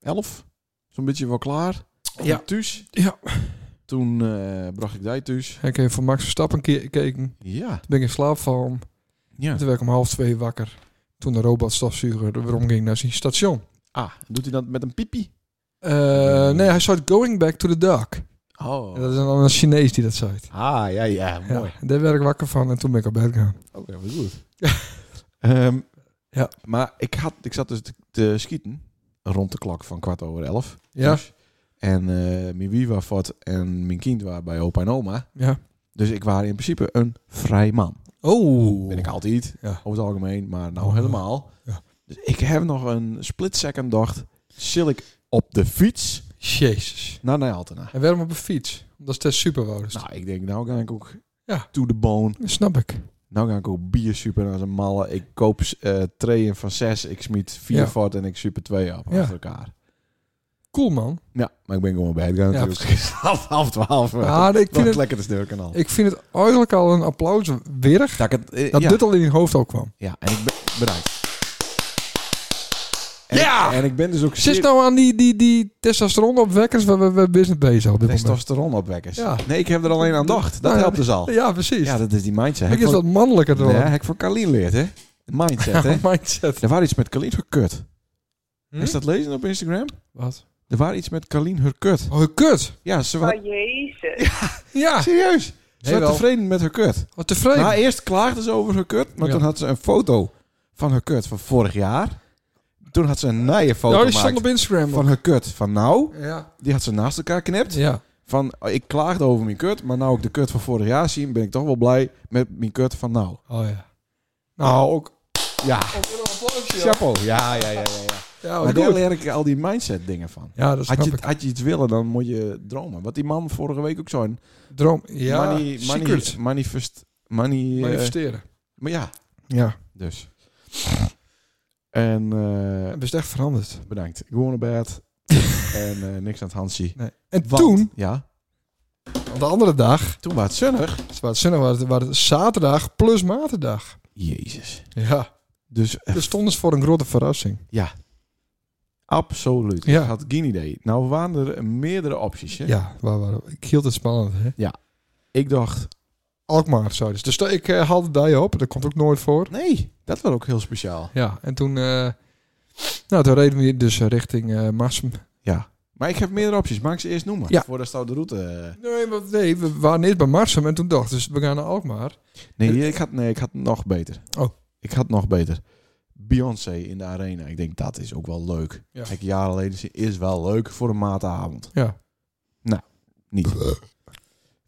Speaker 3: 11. Zo'n beetje wel klaar.
Speaker 2: Ja.
Speaker 3: Thuis.
Speaker 2: Ja.
Speaker 3: Toen eh, bracht ik die thuis.
Speaker 2: Ik heb voor Max Verstappen ke- gekeken. Toen
Speaker 3: Ja.
Speaker 2: ben ik in slaap van.
Speaker 3: Ja.
Speaker 2: Toen werd ik om half twee wakker. Toen de robotstofzuiger er weer omging naar zijn station.
Speaker 3: Ah, doet hij dat met een piepie?
Speaker 2: Eh, nee, hij zei Going Back to the Dark. En
Speaker 3: Oh.
Speaker 2: dat is dan een Chinees die dat zei.
Speaker 3: Ah, ja, ja.
Speaker 2: Ja,
Speaker 3: Mooi.
Speaker 2: daar werd ik wakker van en toen ben ik op bed gegaan.
Speaker 3: Oké, wat goed. Ehm,
Speaker 2: Ja.
Speaker 3: Maar ik, had, ik zat dus te, te schieten rond de klok van kwart over elf.
Speaker 2: Ja.
Speaker 3: Dus. En eh mijn wie was vat en mijn kind waren bij opa en oma.
Speaker 2: Ja.
Speaker 3: Dus ik was in principe een vrij man.
Speaker 2: Oh.
Speaker 3: Ben ik altijd,
Speaker 2: Ja.
Speaker 3: over het algemeen, maar nou
Speaker 2: Oh, ja.
Speaker 3: helemaal.
Speaker 2: Ja.
Speaker 3: Dus ik heb nog een split second dacht, zil ik op de fiets
Speaker 2: Jezus.
Speaker 3: naar Nijaltena?
Speaker 2: En waarom op een fiets? Omdat het super was.
Speaker 3: Nou, ik denk, nou ga ik ook
Speaker 2: Ja.
Speaker 3: to the bone.
Speaker 2: Dat snap ik.
Speaker 3: Nou ga ik ook bier super als een malle. Ik koop eh trayen van zes. Ik smiet vier
Speaker 2: Ja.
Speaker 3: fort en ik super twee op
Speaker 2: Ja.
Speaker 3: achter elkaar.
Speaker 2: Cool man.
Speaker 3: Ja, maar ik ben gewoon bij het gaan
Speaker 2: Ja,
Speaker 3: natuurlijk. Half, half twaalf. eh,
Speaker 2: Ah, ik,
Speaker 3: Wat
Speaker 2: vind het,
Speaker 3: lekker te snurken al.
Speaker 2: ik vind het eigenlijk al een applaus weerig.
Speaker 3: Dat, ik het, eh,
Speaker 2: Dat
Speaker 3: ja.
Speaker 2: dit al in je hoofd ook kwam.
Speaker 3: ja, en ik ben bedankt. En
Speaker 2: Ja!
Speaker 3: Ik, en ik ben dus ook
Speaker 2: Zit
Speaker 3: zeer
Speaker 2: nou aan die, die, die testosteronopwekkers waar we, we business bezig op dit moment.
Speaker 3: testosteronopwekkers.
Speaker 2: Ja.
Speaker 3: Nee, ik heb er alleen aan dacht. Dat
Speaker 2: Nou,
Speaker 3: helpt dus al.
Speaker 2: Ja, precies.
Speaker 3: Ja, dat is die mindset.
Speaker 2: ik
Speaker 3: Heb
Speaker 2: is wat mannelijker dan.
Speaker 3: van, ja, heb ik van Carlien leert, hè? Mindset, hè?
Speaker 2: Mindset.
Speaker 3: Er was iets met Carlien gekut.
Speaker 2: Hm?
Speaker 3: Is dat lezen op Instagram?
Speaker 2: Wat?
Speaker 3: Er was iets met Carlien Hurkut.
Speaker 2: Oh, kut.
Speaker 3: Ja, ze was
Speaker 4: Oh jezus.
Speaker 2: Ja.
Speaker 3: Serieus? Ze werd
Speaker 2: wel.
Speaker 3: tevreden met haar kut.
Speaker 2: Wat tevreden.
Speaker 3: Nou, eerst klaagde ze over haar kut, maar
Speaker 2: Ja.
Speaker 3: toen had ze een foto van haar kut van vorig jaar. Toen had ze een nieuwe foto
Speaker 2: ja, Oh, Nou, die stond op
Speaker 3: gemaakt
Speaker 2: Instagram.
Speaker 3: van haar kut van nou.
Speaker 2: Ja.
Speaker 3: Die had ze naast elkaar geknipt.
Speaker 2: Ja.
Speaker 3: Van, oh, ik klaagde over mijn kut, maar nou ik de kut van vorig jaar zie, ben ik toch wel blij met mijn kut van nou.
Speaker 2: Oh ja. Nou, ook. Oh,
Speaker 3: Ja,
Speaker 2: Ja,
Speaker 3: chapeau. Ja, ja, ja. ja, ja.
Speaker 2: ja
Speaker 3: maar
Speaker 2: goed.
Speaker 3: daar leer ik al die mindset dingen van.
Speaker 2: Ja, dat snap
Speaker 3: Had je,
Speaker 2: ik.
Speaker 3: had je iets willen, dan moet je dromen. Wat die man vorige week ook zo'n
Speaker 2: Droom. Ja,
Speaker 3: money, money,
Speaker 2: secret.
Speaker 3: manifest, money, eh,
Speaker 2: Manifesteren.
Speaker 3: maar ja,
Speaker 2: Ja.
Speaker 3: Dus. En eh, dus,
Speaker 2: Het is echt veranderd.
Speaker 3: bedankt. Ik woon op bed. en eh, niks aan het Hansie.
Speaker 2: Nee. En
Speaker 3: Want-
Speaker 2: toen,
Speaker 3: Ja.
Speaker 2: de andere dag,
Speaker 3: Toen was het zonnig.
Speaker 2: het was zondag, was het- was het zaterdag plus maandag.
Speaker 3: Jezus.
Speaker 2: Ja.
Speaker 3: Dus eh,
Speaker 2: Dus stond ze voor een grote verrassing.
Speaker 3: absoluut.
Speaker 2: Ja.
Speaker 3: Ik had geen idee. Nou waren er meerdere opties. Hè?
Speaker 2: Ja, waar, waar, ik hield het spannend. Hè?
Speaker 3: Ik dacht,
Speaker 2: Alkmaar zou dus. Dus da- ik eh, haalde daar op, dat komt ook nooit voor.
Speaker 3: nee, dat was ook heel speciaal.
Speaker 2: Ja, en toen, eh, nou, toen reden we dus richting eh Marsum.
Speaker 3: Maar ik heb meerdere opties. Maak ze eerst noemen.
Speaker 2: Ja.
Speaker 3: Voordat ze de route... eh,
Speaker 2: Nee, maar, nee, we waren eerst bij Marsum en toen dachten we, we gaan naar Alkmaar.
Speaker 3: Nee, ik had, nee, ik had nog beter.
Speaker 2: Oh.
Speaker 3: Ik had nog beter. Beyoncé in de arena. Ik denk, dat is ook wel leuk.
Speaker 2: Ja.
Speaker 3: Kijk, jaren geleden is- is wel leuk voor een maatavond.
Speaker 2: Ja.
Speaker 3: Nou, niet.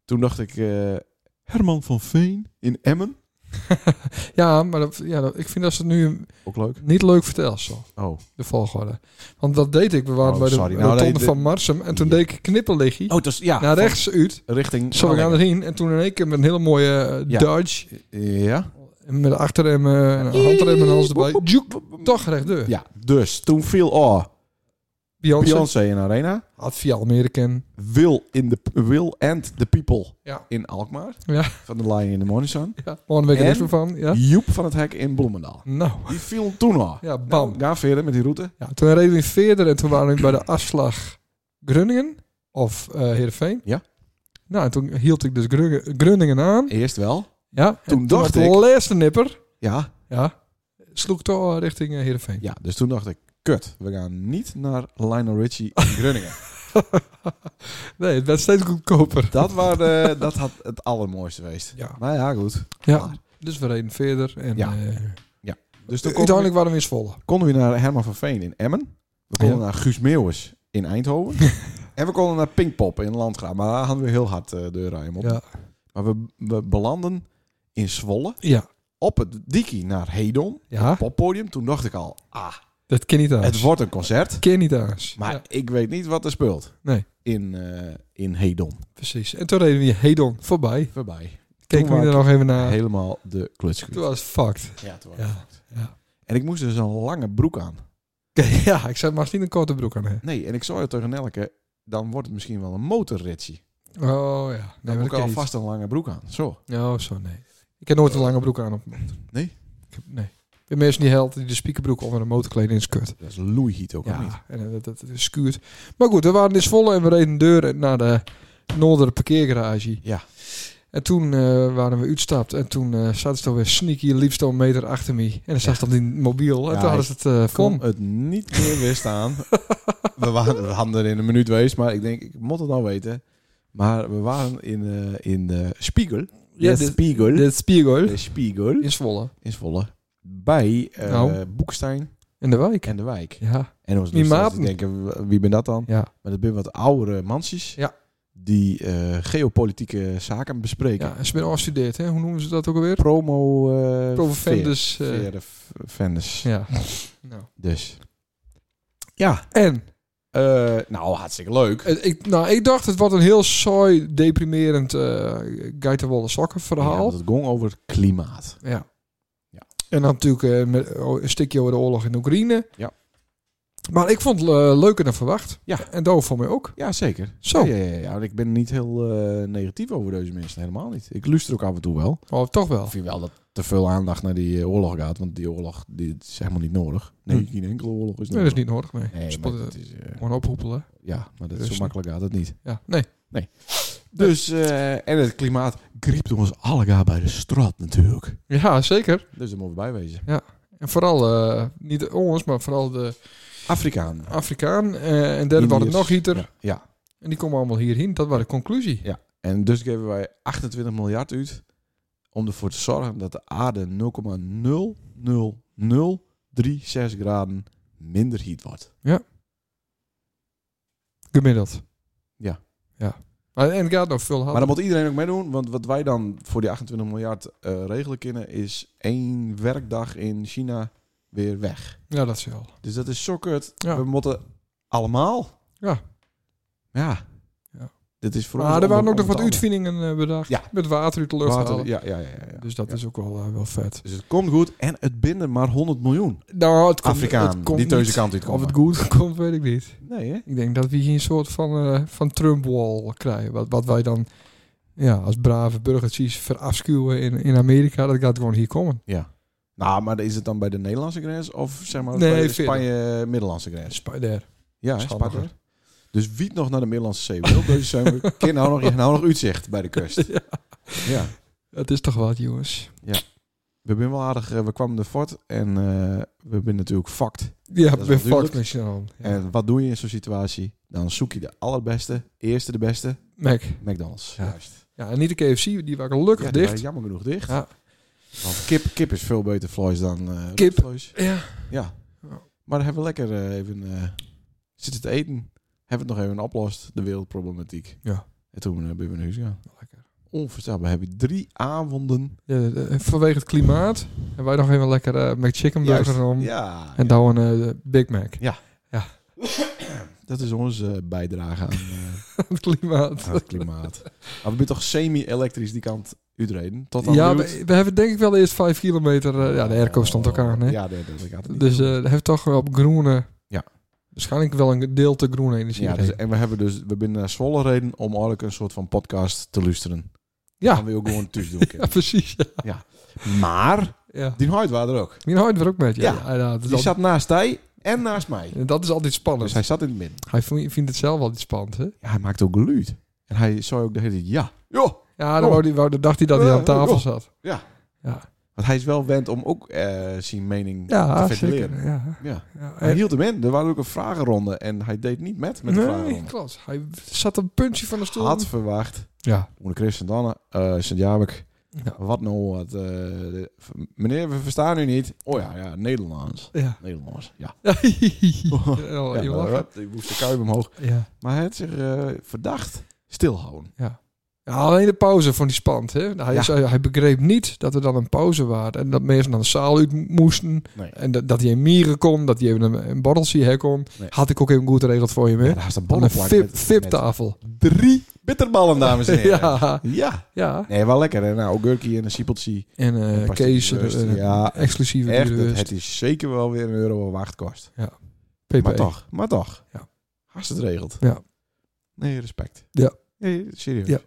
Speaker 3: Toen dacht ik, eh, Herman van Veen in Emmen.
Speaker 2: Ja, maar dat, ja, dat- ik vind dat ze het nu
Speaker 3: Ook leuk.
Speaker 2: niet leuk vertelt, zo,
Speaker 3: Oh.
Speaker 2: de volgorde. Want dat deed ik. We waren
Speaker 3: Oh,
Speaker 2: bij de
Speaker 3: sorry. Nou,
Speaker 2: rotonde
Speaker 3: nee, dit-
Speaker 2: van Marsum en toen
Speaker 3: Ja.
Speaker 2: deed ik knipperliggie
Speaker 3: Oh, dus ja.
Speaker 2: naar rechts uit.
Speaker 3: Richting...
Speaker 2: Nou,
Speaker 3: oh,
Speaker 2: Zo we gaan erheen en toen in één keer met een hele mooie eh,
Speaker 3: Ja.
Speaker 2: dodge.
Speaker 3: eh, Ja.
Speaker 2: Met de achterrem, eh, en een handrem en alles erbij. Joek, toch rechtdoor.
Speaker 3: Ja, dus toen viel oh,
Speaker 2: Beyoncé
Speaker 3: Beyoncé in de arena.
Speaker 2: had via Almere ken.
Speaker 3: Will, in the, Will and the People
Speaker 2: Ja.
Speaker 3: in Alkmaar.
Speaker 2: Ja.
Speaker 3: Van de Lion in the Morning Sun.
Speaker 2: Ja, morgen weet ik er niks
Speaker 3: En?
Speaker 2: meer van. Ja.
Speaker 3: Joep van het Hek in Bloemendaal.
Speaker 2: Nou,
Speaker 3: Die viel toen al.
Speaker 2: ja, bam.
Speaker 3: Nou, ga verder met die route.
Speaker 2: Ja, toen reden we verder en toen waren we bij de afslag Grunningen of eh Heerenveen.
Speaker 3: Ja.
Speaker 2: Nou, en toen hield ik dus Grunge- Grunningen aan.
Speaker 3: Eerst wel.
Speaker 2: Ja, en
Speaker 3: Toen dacht
Speaker 2: was de laatste nipper.
Speaker 3: Ja,
Speaker 2: Ja, sloeg toch richting eh, Heerenveen.
Speaker 3: ja. Dus toen dacht ik, kut, we gaan niet naar Lionel Richie in Groningen.
Speaker 2: Nee, het werd steeds goedkoper.
Speaker 3: dat, waren, dat had het allermooiste geweest.
Speaker 2: Ja.
Speaker 3: Nou ja, goed.
Speaker 2: Ja, dus we reden verder. En,
Speaker 3: Ja.
Speaker 2: ja.
Speaker 3: Dus toen konden we,
Speaker 2: Eh, uiteindelijk waren we in Zwolle.
Speaker 3: konden we naar Herman van Veen in Emmen. We konden
Speaker 2: Ja.
Speaker 3: naar Guus Meeuwis in Eindhoven. en we konden naar Pinkpop in Landgraaf. Maar daar hadden we heel hard eh, de ruim op.
Speaker 2: Ja.
Speaker 3: Maar we, we belanden in Zwolle.
Speaker 2: Ja.
Speaker 3: Op het dikkie naar Hedon.
Speaker 2: ja,
Speaker 3: Poppodium. Toen dacht ik al, ah,
Speaker 2: dat ken niet aan.
Speaker 3: het wordt een concert.
Speaker 2: ken niet aans.
Speaker 3: Maar
Speaker 2: Ja,
Speaker 3: ik weet niet wat er speelt.
Speaker 2: Nee.
Speaker 3: In, eh in Hedon.
Speaker 2: precies. En toen reden we Hedon voorbij.
Speaker 3: Voorbij.
Speaker 2: Keken
Speaker 3: was
Speaker 2: we er
Speaker 3: ik
Speaker 2: nog even naar.
Speaker 3: Helemaal de kluts kwijt.
Speaker 2: Toen was het fucked.
Speaker 3: Ja, toen was
Speaker 2: Ja.
Speaker 3: ik fucked. En ik moest dus een lange broek aan.
Speaker 2: Ja, ik zei, mag niet een korte broek aan hebben.
Speaker 3: Nee, en ik zei het tegen Nelke, dan wordt het misschien wel een motorritsie.
Speaker 2: Oh ja.
Speaker 3: Dan
Speaker 2: maar
Speaker 3: moet ik
Speaker 2: dat ken
Speaker 3: alvast een lange broek aan. Zo.
Speaker 2: niet. Oh, zo nee. Ik heb nooit een lange broek aan op.
Speaker 3: Nee?
Speaker 2: Ik heb- nee. Bij mensen die helpen, die de spiekerbroek onder de motorkleding in skut.
Speaker 3: Dat is loeihiet ook, of niet?
Speaker 2: Ja, en eh, dat, dat, dat schuurt. Maar goed, we waren dus vol en we reden deur naar de Noordere parkeergarage.
Speaker 3: Ja.
Speaker 2: En toen eh, waren we uitstapt en toen eh, zaten ze toch weer sneaky, liefst al een meter achter me. En dan zag ze dan die mobiel en
Speaker 3: Ja,
Speaker 2: toen hadden ze het eh
Speaker 3: kon
Speaker 2: van.
Speaker 3: het niet meer weerstaan. we, waren, we hadden er in een minuut geweest, maar ik denk, ik moet het nou weten. Maar we waren in, eh, in de Spiegel.
Speaker 2: Ja,
Speaker 3: de,
Speaker 2: de-
Speaker 3: Spiegel.
Speaker 2: De Spiegel
Speaker 3: de Spiegel
Speaker 2: in Zwolle.
Speaker 3: in Zwolle. Bij eh
Speaker 2: Nou.
Speaker 3: Boekstein
Speaker 2: In de wijk.
Speaker 3: en de wijk.
Speaker 2: Ja,
Speaker 3: En ons
Speaker 2: Die
Speaker 3: die maat.
Speaker 2: maten.
Speaker 3: te dus denken, wie ben dat dan?
Speaker 2: ja.
Speaker 3: Maar dat zijn wat oudere mansjes.
Speaker 2: Ja.
Speaker 3: Die eh, geopolitieke zaken bespreken.
Speaker 2: ja. En ze zijn afgestudeerd, hè? Hoe noemen ze dat ook alweer?
Speaker 3: Promo... eh
Speaker 2: Provendus.
Speaker 3: veer-
Speaker 2: eh,
Speaker 3: veren- v- venders.
Speaker 2: ja. Nou.
Speaker 3: Dus. Ja.
Speaker 2: En
Speaker 3: eh, nou, hartstikke leuk.
Speaker 2: eh, ik, nou, ik dacht, het wordt een heel saai, deprimerend eh geitenwolle sokken verhaal.
Speaker 3: Ja, want het ging over het klimaat.
Speaker 2: Ja.
Speaker 3: Ja.
Speaker 2: En dan natuurlijk eh, met oh, een stukje over de oorlog in Oekraïne.
Speaker 3: Ja.
Speaker 2: Maar ik vond het eh, leuker dan verwacht.
Speaker 3: Ja.
Speaker 2: En dat voor mij ook.
Speaker 3: Ja, zeker.
Speaker 2: Zo.
Speaker 3: Ja, ja, ja, ja. Ik ben niet heel eh, negatief over deze mensen. Helemaal niet. Ik luister ook af en toe wel.
Speaker 2: Maar toch wel.
Speaker 3: Of je wel dat te veel aandacht naar die eh, oorlog gaat. Want die oorlog die is helemaal niet nodig. Nee,
Speaker 2: Hm.
Speaker 3: geen enkele oorlog is nodig.
Speaker 2: Nee, dat is niet nodig. Nee.
Speaker 3: Nee,
Speaker 2: Spot-
Speaker 3: maar dat is, eh,
Speaker 2: gewoon ophoepelen.
Speaker 3: ja, maar dat is
Speaker 2: Rustig.
Speaker 3: zo makkelijk gaat het niet.
Speaker 2: Ja. Nee.
Speaker 3: Dus, eh, en het klimaat griept ons allegaar bij de straat natuurlijk.
Speaker 2: Ja, zeker.
Speaker 3: Dus daar moeten we bij wezen.
Speaker 2: En vooral, eh, niet ons, maar vooral de
Speaker 3: Afrikaan.
Speaker 2: Afrikaan. eh, en derde waren het
Speaker 3: Indiërs.
Speaker 2: nog gieter.
Speaker 3: Ja, ja.
Speaker 2: En die komen allemaal hierheen. Dat was de conclusie.
Speaker 3: En dus geven wij 28 miljard uit om ervoor te zorgen dat de aarde 0,00036 graden minder heat wordt.
Speaker 2: Gemiddeld.
Speaker 3: Ja.
Speaker 2: Ja. Maar, en het gaat nog veel
Speaker 3: Maar
Speaker 2: harder.
Speaker 3: dan moet iedereen ook meedoen, want wat wij dan voor die 28 miljard eh, regelen kunnen is één werkdag in China weer weg.
Speaker 2: Ja, dat is wel.
Speaker 3: Dus dat is zo kut.
Speaker 2: Ja.
Speaker 3: We moeten allemaal.
Speaker 2: Ja.
Speaker 3: Ja.
Speaker 2: Ja.
Speaker 3: Dit is voor ons
Speaker 2: Maar er waren
Speaker 3: onder-
Speaker 2: ook nog wat
Speaker 3: onder-
Speaker 2: uitvindingen eh, bedacht.
Speaker 3: Ja.
Speaker 2: Met water uit de lucht
Speaker 3: Water,
Speaker 2: halen.
Speaker 3: ja, ja, ja, ja, ja.
Speaker 2: Dus dat is ook wel, eh, wel vet.
Speaker 3: Dus het komt goed en het binden maar 100 miljoen.
Speaker 2: Nou, het komt,
Speaker 3: Afrikaan,
Speaker 2: het komt
Speaker 3: die deze
Speaker 2: niet.
Speaker 3: kant uitkomen.
Speaker 2: Of het goed komt, weet ik niet.
Speaker 3: Nee, hè?
Speaker 2: Ik denk dat we hier een soort van, eh, van Trump-wall krijgen. Wat, wat wij dan ja, als brave burgertjes verafschuwen in, in Amerika. Dat gaat gewoon hier komen.
Speaker 3: Nou, maar is het dan bij de Nederlandse grens of zeg maar
Speaker 2: Nee,
Speaker 3: bij de
Speaker 2: verder.
Speaker 3: Spanje-Middellandse grens?
Speaker 2: Spider.
Speaker 3: Ja, hè,
Speaker 2: Schandiger.
Speaker 3: Sparta. Dus wiet nog naar de Middellandse Zee wil, deze zijn we kind nou nog, je hebt nou nog uitzicht bij de kust. Ja.
Speaker 2: Het is toch wat, jongens.
Speaker 3: We zijn wel aardig, eh, we kwamen de fort en eh, we zijn natuurlijk fucked.
Speaker 2: Ja,
Speaker 3: Dat is
Speaker 2: we
Speaker 3: natuurlijk.
Speaker 2: fucked met je dan. Ja.
Speaker 3: En wat doe je in zo'n situatie? Dan zoek je de allerbeste, eerste de beste,
Speaker 2: Mac.
Speaker 3: McDonald's.
Speaker 2: Ja.
Speaker 3: Juist.
Speaker 2: Ja, en niet de KFC, die waren gelukkig
Speaker 3: Ja, die waren
Speaker 2: dicht.
Speaker 3: jammer genoeg dicht.
Speaker 2: Ja.
Speaker 3: Want kip, kip is veel beter vlees dan eh
Speaker 2: Kip.
Speaker 3: rundvlees.
Speaker 2: Ja.
Speaker 3: Ja.
Speaker 2: Ja.
Speaker 3: Maar dan hebben we lekker eh, even eh, zitten te eten. Hebben we het nog even oplost, de wereldproblematiek.
Speaker 2: Ja.
Speaker 3: En toen eh, ben we naar huis gegaan.
Speaker 2: Lekker.
Speaker 3: Onvoorstelbaar. Heb je drie avonden...
Speaker 2: Ja, eh, vanwege het klimaat hebben wij nog even lekker eh McChicken burger om.
Speaker 3: Ja.
Speaker 2: En dan een eh, Big Mac.
Speaker 3: Dat is onze eh, bijdrage aan, eh,
Speaker 2: het klimaat.
Speaker 3: aan het klimaat. Maar we zijn toch semi-elektrisch die kant uitreden. Tot aan
Speaker 2: Ja,
Speaker 3: Lut.
Speaker 2: we, we hebben denk ik wel eerst vijf kilometer. eh, ja, de airco stond ook aan. Hè?
Speaker 3: Ja, nee, dat gaat het niet
Speaker 2: dus
Speaker 3: doen.
Speaker 2: eh, dat heeft toch wel op groene.
Speaker 3: Ja.
Speaker 2: Waarschijnlijk wel een deel te groene energie.
Speaker 3: ja, dus,
Speaker 2: erin.
Speaker 3: en we hebben dus we zijn naar Zwolle reden om eigenlijk een soort van podcast te luisteren.
Speaker 2: ja.
Speaker 3: Dan wil je ook gewoon thuis doen.
Speaker 2: ja, precies. Ja.
Speaker 3: Maar
Speaker 2: Ja.
Speaker 3: die huid waren er ook.
Speaker 2: Mijn hart weer ook met je.
Speaker 3: Ja.
Speaker 2: dat, is
Speaker 3: Die
Speaker 2: al-
Speaker 3: zat naast hij en naast mij.
Speaker 2: dat is altijd spannend.
Speaker 3: Dus hij zat in het midden.
Speaker 2: hij vindt vindt het zelf altijd spannend. Hè?
Speaker 3: Ja, hij maakte ook geluid. En hij zei ook de hele tijd ja. Ja.
Speaker 2: Ja, dan
Speaker 3: Oh.
Speaker 2: wou die, wou, dan dacht hij dat hij
Speaker 3: Ja,
Speaker 2: aan tafel
Speaker 3: oh.
Speaker 2: zat.
Speaker 3: Ja.
Speaker 2: Ja,
Speaker 3: Want hij is wel wend om ook eh, zijn mening
Speaker 2: ja
Speaker 3: te ventileren.
Speaker 2: zeker. Ja.
Speaker 3: Ja.
Speaker 2: Ja.
Speaker 3: Hij hield hem in. Er waren ook een vragenronde. En hij deed niet met met de
Speaker 2: nee,
Speaker 3: vragenronde.
Speaker 2: klopt. Hij zat een puntje van de stoel.
Speaker 3: Had verwacht.
Speaker 2: Ja.
Speaker 3: Onder Chris en Danne, eh Sint-Jabek.
Speaker 2: Ja.
Speaker 3: Wat nou? Wat, eh, de- meneer, we verstaan u niet. Oh ja, ja Nederlands.
Speaker 2: Ja.
Speaker 3: Nederlands, ja.
Speaker 2: ja,
Speaker 3: Oh. Ja,
Speaker 2: Oh, je
Speaker 3: maar,
Speaker 2: lacht.
Speaker 3: hup, die woeste kuip omhoog.
Speaker 2: Ja.
Speaker 3: Maar hij had zich eh, verdacht stilhouden.
Speaker 2: Ja, alleen de pauze vond hij spannend. Hè? Hij,
Speaker 3: Ja.
Speaker 2: zei, hij begreep niet dat er dan een pauze was. En dat mensen dan de zaal uit moesten.
Speaker 3: Nee.
Speaker 2: En dat, dat hij in mieren kon. Dat hij even een, een borreltje her kon.
Speaker 3: Nee.
Speaker 2: Had ik ook even goed geregeld voor je,
Speaker 3: Ja,
Speaker 2: mee.
Speaker 3: daar is een
Speaker 2: Dan een
Speaker 3: borrelplak
Speaker 2: vip,
Speaker 3: met-
Speaker 2: viptafel.
Speaker 3: met Drie bitterballen, dames en heren.
Speaker 2: Ja,
Speaker 3: Ja.
Speaker 2: ja.
Speaker 3: Nee, wel lekker. Hè? Nou, Gurkie en een siepeltje.
Speaker 2: En eh
Speaker 3: Past die
Speaker 2: Kees,
Speaker 3: rust,
Speaker 2: een- een
Speaker 3: ja,
Speaker 2: exclusieve dus
Speaker 3: Echt, het,
Speaker 2: dierenwurst.
Speaker 3: het is zeker wel weer een euro waard kost.
Speaker 2: PP.
Speaker 3: Maar toch, maar toch.
Speaker 2: Ja.
Speaker 3: Als het regelt.
Speaker 2: Ja.
Speaker 3: Nee, respect.
Speaker 2: Ja.
Speaker 3: Nee, serieus.
Speaker 2: Ja.